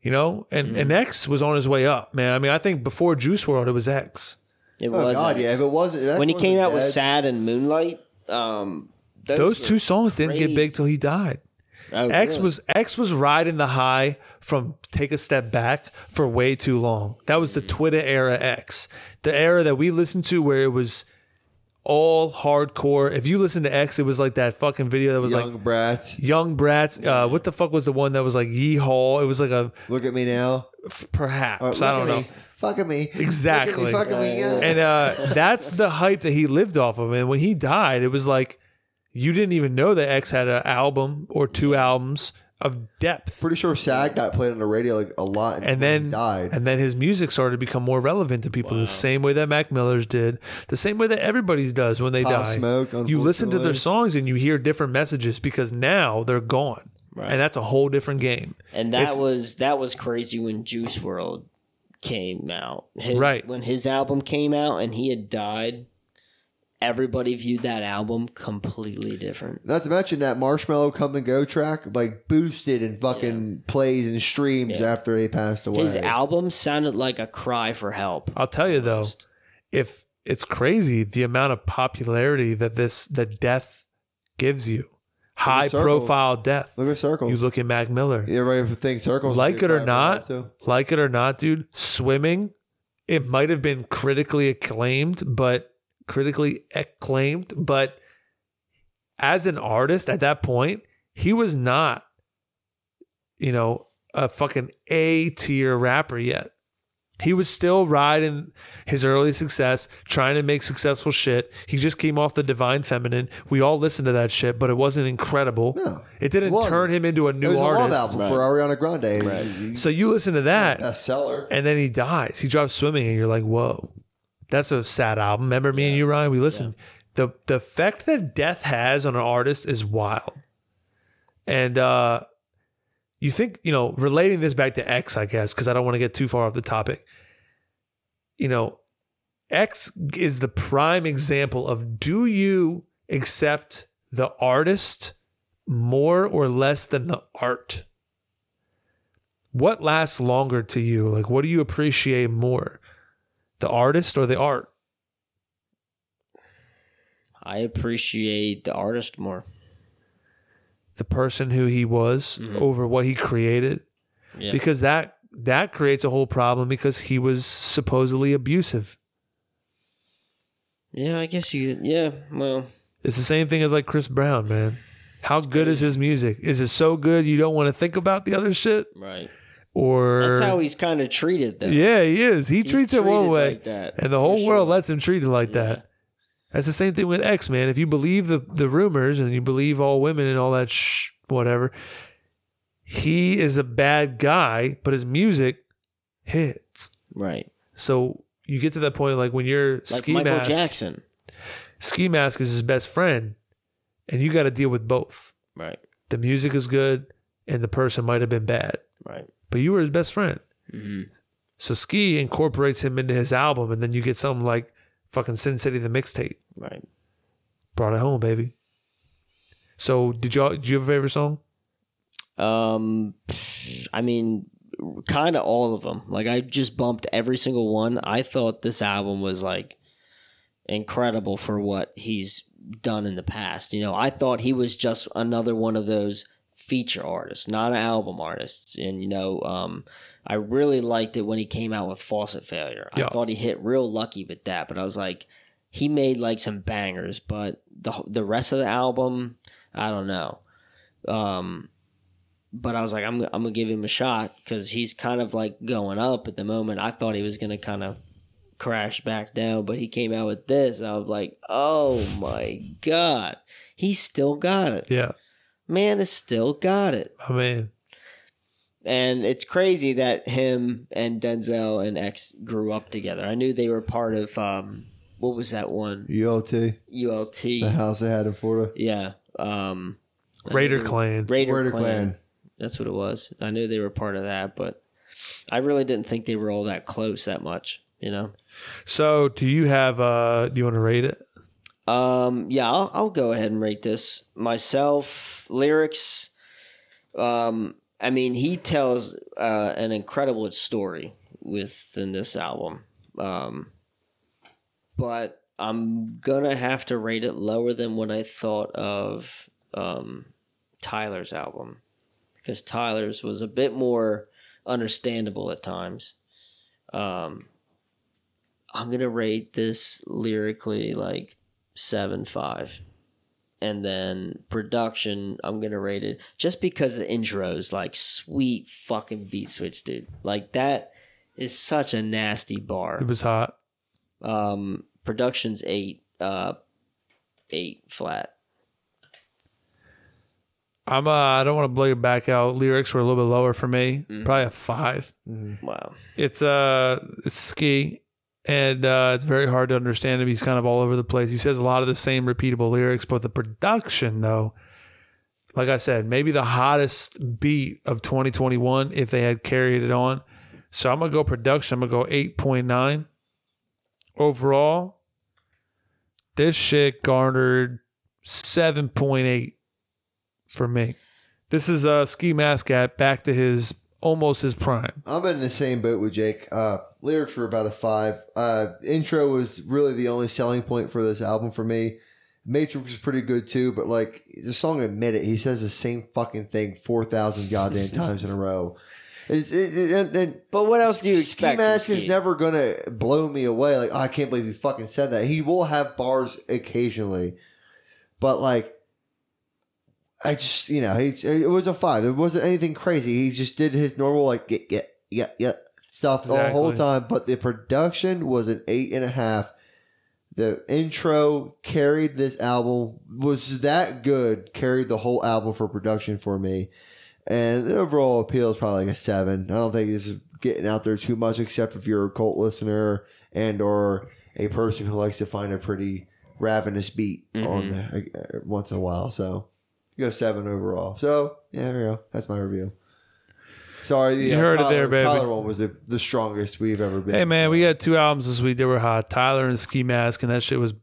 [SPEAKER 2] You know, and and X was on his way up, man. I mean, I think before Juice World, it was X.
[SPEAKER 3] It
[SPEAKER 1] Oh
[SPEAKER 3] was
[SPEAKER 1] God, yeah. If it wasn't that's
[SPEAKER 3] when he
[SPEAKER 1] one of
[SPEAKER 3] came
[SPEAKER 1] the
[SPEAKER 3] out with
[SPEAKER 1] bad-
[SPEAKER 3] Sad and Moonlight, um, those,
[SPEAKER 2] Those
[SPEAKER 3] were-
[SPEAKER 2] two songs didn't get
[SPEAKER 3] crazy.
[SPEAKER 2] big till he died.
[SPEAKER 3] Oh,
[SPEAKER 2] X
[SPEAKER 3] really?
[SPEAKER 2] was X was riding the high from take a step back for way too long. That was the Twitter era X. The era that we listened to where it was all hardcore. If you listen to X, it was like that fucking video that was
[SPEAKER 1] young
[SPEAKER 2] like
[SPEAKER 1] brats.
[SPEAKER 2] young brats. Uh, what the fuck was the one that was like yee haw? It was like a
[SPEAKER 1] Look at me now. Or,
[SPEAKER 2] perhaps.
[SPEAKER 1] look
[SPEAKER 2] I don't
[SPEAKER 1] at
[SPEAKER 2] know.
[SPEAKER 1] me. Fuck at me. Look at me.
[SPEAKER 2] Exactly.
[SPEAKER 1] Fuck at me. Yeah.
[SPEAKER 2] And uh, that's the hype that he lived off of. And when he died, it was like you didn't even know that X had an album or two albums of depth.
[SPEAKER 1] pretty sure Sag got played on the radio like a lot, and,
[SPEAKER 2] and then
[SPEAKER 1] he died.
[SPEAKER 2] and then his music started to become more relevant to people the same way that Mac Miller's did, the same way that everybody's does when they
[SPEAKER 1] Pop
[SPEAKER 2] die.
[SPEAKER 1] Smoke,
[SPEAKER 2] you listen to
[SPEAKER 1] unfortunately.
[SPEAKER 2] their songs and you hear different messages because now they're gone,
[SPEAKER 3] Right.
[SPEAKER 2] and that's a whole different game.
[SPEAKER 3] and that
[SPEAKER 2] it's-
[SPEAKER 3] was that was crazy when Juice World came out. His-
[SPEAKER 2] Right.
[SPEAKER 3] when his album came out and he had died, everybody viewed that album completely different.
[SPEAKER 1] Not to mention that Marshmallow Come and Go track like boosted and fucking plays and streams
[SPEAKER 3] Yeah.
[SPEAKER 1] after they passed away.
[SPEAKER 3] His album sounded like a cry for help.
[SPEAKER 2] I'll tell you though,
[SPEAKER 3] Almost.
[SPEAKER 2] if it's crazy the amount of popularity that this that death gives you, high
[SPEAKER 1] Circles.
[SPEAKER 2] profile death.
[SPEAKER 1] Look at Circles.
[SPEAKER 2] You look at Mac Miller.
[SPEAKER 1] Everybody would think Circles.
[SPEAKER 2] like it or not,
[SPEAKER 1] So,
[SPEAKER 2] like it or not, dude, swimming, it might have been critically acclaimed, but critically acclaimed, but as an artist at that point, he was not, you know, a fucking A tier rapper yet. He was still riding his early success, trying to make successful shit. He just came off the Divine Feminine. We all listened to that shit, but it wasn't incredible.
[SPEAKER 1] No.
[SPEAKER 2] it didn't
[SPEAKER 1] It wasn't.
[SPEAKER 2] turn him into a
[SPEAKER 1] it
[SPEAKER 2] new
[SPEAKER 1] was a love
[SPEAKER 2] artist.
[SPEAKER 1] album for Ariana Grande.
[SPEAKER 2] So you listen to that,
[SPEAKER 1] Bestseller.
[SPEAKER 2] and then he dies. He drops swimming, and you're like, "Whoa, that's a sad album." Remember me and you, Ryan? We listened. the The effect that death has on an artist is wild, and uh, you think you know relating this back to X, I guess, because I don't want to get too far off the topic. You know, X is the prime example of do you accept the artist more or less than the art? what lasts longer to you? Like, what do you appreciate more, the artist or the art?
[SPEAKER 3] I appreciate the artist more.
[SPEAKER 2] The person who he was over what he created,
[SPEAKER 3] Mm-hmm. Yeah.
[SPEAKER 2] because that that creates a whole problem because he was supposedly abusive.
[SPEAKER 3] yeah, I guess you. Yeah, well,
[SPEAKER 2] It's the same thing as like Chris Brown, man. How good is his music? Is it so good you don't want to think about the other shit?
[SPEAKER 3] right.
[SPEAKER 2] Or
[SPEAKER 3] That's how he's kind of treated, though.
[SPEAKER 2] yeah, he is. He
[SPEAKER 3] He's
[SPEAKER 2] treats it one
[SPEAKER 3] treated
[SPEAKER 2] way,
[SPEAKER 3] like that,
[SPEAKER 2] and the
[SPEAKER 3] for
[SPEAKER 2] whole
[SPEAKER 3] sure.
[SPEAKER 2] world lets him treat it like that. That's the same thing with X, man. If you believe the the rumors and you believe all women and all that sh- whatever, he is a bad guy, but his music hits.
[SPEAKER 3] Right.
[SPEAKER 2] So you get to that point like when your
[SPEAKER 3] Like
[SPEAKER 2] ski
[SPEAKER 3] Michael
[SPEAKER 2] mask
[SPEAKER 3] Jackson.
[SPEAKER 2] ski mask is his best friend, and you got to deal with both.
[SPEAKER 3] Right.
[SPEAKER 2] The music is good, and the person might have been bad,
[SPEAKER 3] Right.
[SPEAKER 2] but you were his best friend.
[SPEAKER 3] hmm
[SPEAKER 2] So Ski incorporates him into his album, and then you get something like fucking Sin City the mixtape.
[SPEAKER 3] Right.
[SPEAKER 2] Brought it home, baby. So did you all do you have a favorite song?
[SPEAKER 3] Um, I mean, kind of all of them. Like I just bumped every single one. I thought this album was like incredible for what he's done in the past. You know, I thought he was just another one of those feature artists, not album artists. And you know, um, I really liked it when he came out with Faucet Failure.
[SPEAKER 2] Yeah.
[SPEAKER 3] I thought he hit real lucky with that, but I was like, he made like some bangers, but the the rest of the album, I don't know. Um, but I was like, I'm, I'm gonna give him a shot because he's kind of like going up at the moment. I thought he was gonna kind of crash back down, but he came out with this. I was like, oh my god, he still got it.
[SPEAKER 2] Yeah,
[SPEAKER 3] Man has still got it,
[SPEAKER 2] I mean,
[SPEAKER 3] and it's crazy that him and Denzel and X grew up together. I knew they were part of um, what was that one
[SPEAKER 1] ULT,
[SPEAKER 3] ULT?
[SPEAKER 1] the house they had in Florida.
[SPEAKER 3] Yeah, um, I
[SPEAKER 2] Raider
[SPEAKER 3] knew-
[SPEAKER 2] Clan.
[SPEAKER 3] Raider,
[SPEAKER 1] Raider
[SPEAKER 3] Clan.
[SPEAKER 1] Clan.
[SPEAKER 3] That's what it was. I knew they were part of that, but I really didn't think they were all that close that much, you know?
[SPEAKER 2] So do you have uh do you want to rate it?
[SPEAKER 3] Um, yeah, I'll, I'll go ahead and rate this myself. Lyrics. Um, I mean, he tells uh, an incredible story within this album. Um, but I'm gonna have to rate it lower than what I thought of um, Tyler's album because Tyler's was a bit more understandable at times. Um, I'm gonna rate this lyrically like seven five. And then production, I'm gonna rate it just because the intro is like sweet fucking beat switch, dude. Like that is such a nasty bar.
[SPEAKER 2] It was hot.
[SPEAKER 3] Um, production's eight, uh, eight flat.
[SPEAKER 2] I'm uh I don't want to blow your back out. Lyrics were a little bit lower for me.
[SPEAKER 3] Mhm.
[SPEAKER 2] Probably a five.
[SPEAKER 3] Wow.
[SPEAKER 2] It's uh it's ski and uh it's very hard to understand him. He's kind of all over the place. He says a lot of the same repeatable lyrics, but the production though, like I said, maybe the hottest beat of 2021 if they had carried it on. So I'm gonna go production, I'm gonna go 8.9. Overall, this shit garnered 7.8 for me. This is a uh, ski mask at back to his almost his prime.
[SPEAKER 1] I'm in the same boat with Jake. Uh, lyrics were about a five. Uh, intro was really the only selling point for this album for me. Matrix is pretty good too, but like the song "Admit It," he says the same fucking thing four thousand goddamn times in a row. It's, it, it- and, and
[SPEAKER 3] But what else do you
[SPEAKER 1] Ski
[SPEAKER 3] expect? from
[SPEAKER 1] Mask is
[SPEAKER 3] Ski?
[SPEAKER 1] never gonna blow me away. Like oh, I can't believe he fucking said that. He will have bars occasionally, but like, I just you know he it was a five. There wasn't anything crazy. He just did his normal like get get yeah yeah stuff the whole
[SPEAKER 2] Exactly.
[SPEAKER 1] time. But the production was an eight and a half. The intro carried this album was that good. Carried the whole album for production for me. And the overall appeal is probably like a seven. I don't think this is getting out there too much, except if you're a cult listener and or a person who likes to find a pretty ravenous beat on uh, once in a while. So you go seven overall. So yeah, there we go. That's my review. Sorry, the,
[SPEAKER 2] You
[SPEAKER 1] uh,
[SPEAKER 2] heard it
[SPEAKER 1] Tyler-
[SPEAKER 2] there, baby.
[SPEAKER 1] Tyler one was the, the strongest we've ever been.
[SPEAKER 2] Hey man, we got two albums this week that were hot: Tyler and Ski Mask, and that shit was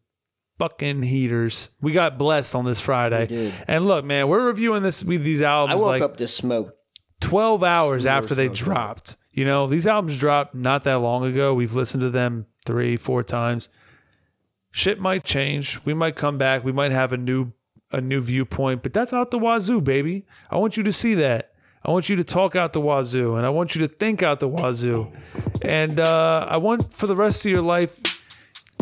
[SPEAKER 2] fucking heaters. We got blessed on this
[SPEAKER 3] We
[SPEAKER 2] Friday.
[SPEAKER 3] did.
[SPEAKER 2] And look, man, we're reviewing this we, these
[SPEAKER 3] I
[SPEAKER 2] albums
[SPEAKER 3] woke
[SPEAKER 2] like
[SPEAKER 3] up to smoke.
[SPEAKER 2] 12 hours
[SPEAKER 1] Sure,
[SPEAKER 2] after they
[SPEAKER 1] sure, sure.
[SPEAKER 2] dropped. You know, these albums dropped not that long ago. We've listened to them three, four times. Shit might change. We might come back. We might have a new a new viewpoint, but that's out the wazoo, baby. I want you to see that. I want you to talk out the wazoo and I want you to think out the wazoo. And uh, I want for the rest of your life,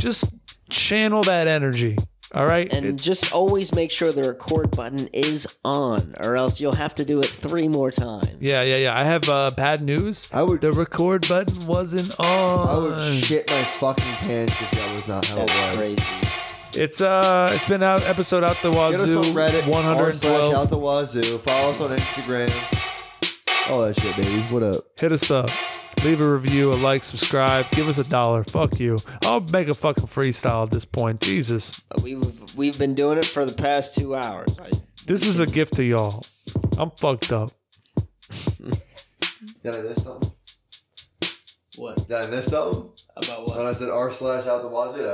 [SPEAKER 2] just channel that energy. All right.
[SPEAKER 3] And
[SPEAKER 2] It's-
[SPEAKER 3] just always make sure the record button is on, or else you'll have to do it three more times.
[SPEAKER 2] yeah, yeah, yeah. I have uh, bad news.
[SPEAKER 1] I would-
[SPEAKER 2] the record button wasn't on.
[SPEAKER 1] I would shit my fucking pants if that was not how it
[SPEAKER 3] That's
[SPEAKER 1] was.
[SPEAKER 3] crazy.
[SPEAKER 2] It's uh, it's been out episode out the
[SPEAKER 1] Get us
[SPEAKER 2] wazoo.
[SPEAKER 1] on Reddit, r slash
[SPEAKER 2] 112.
[SPEAKER 1] out the wazoo. Follow us on Instagram. All that shit, baby. What up?
[SPEAKER 2] Hit us up. Leave a review, a like, subscribe, give us a dollar. Fuck you. I'll make a fucking freestyle at this point. Jesus.
[SPEAKER 3] Uh, We've we've been doing it for the past two hours. I,
[SPEAKER 2] This is a gift to y'all. I'm fucked up.
[SPEAKER 1] Did I miss something?
[SPEAKER 3] what
[SPEAKER 1] Did I miss something?
[SPEAKER 3] about what?
[SPEAKER 1] When I said r slash out the wazoo,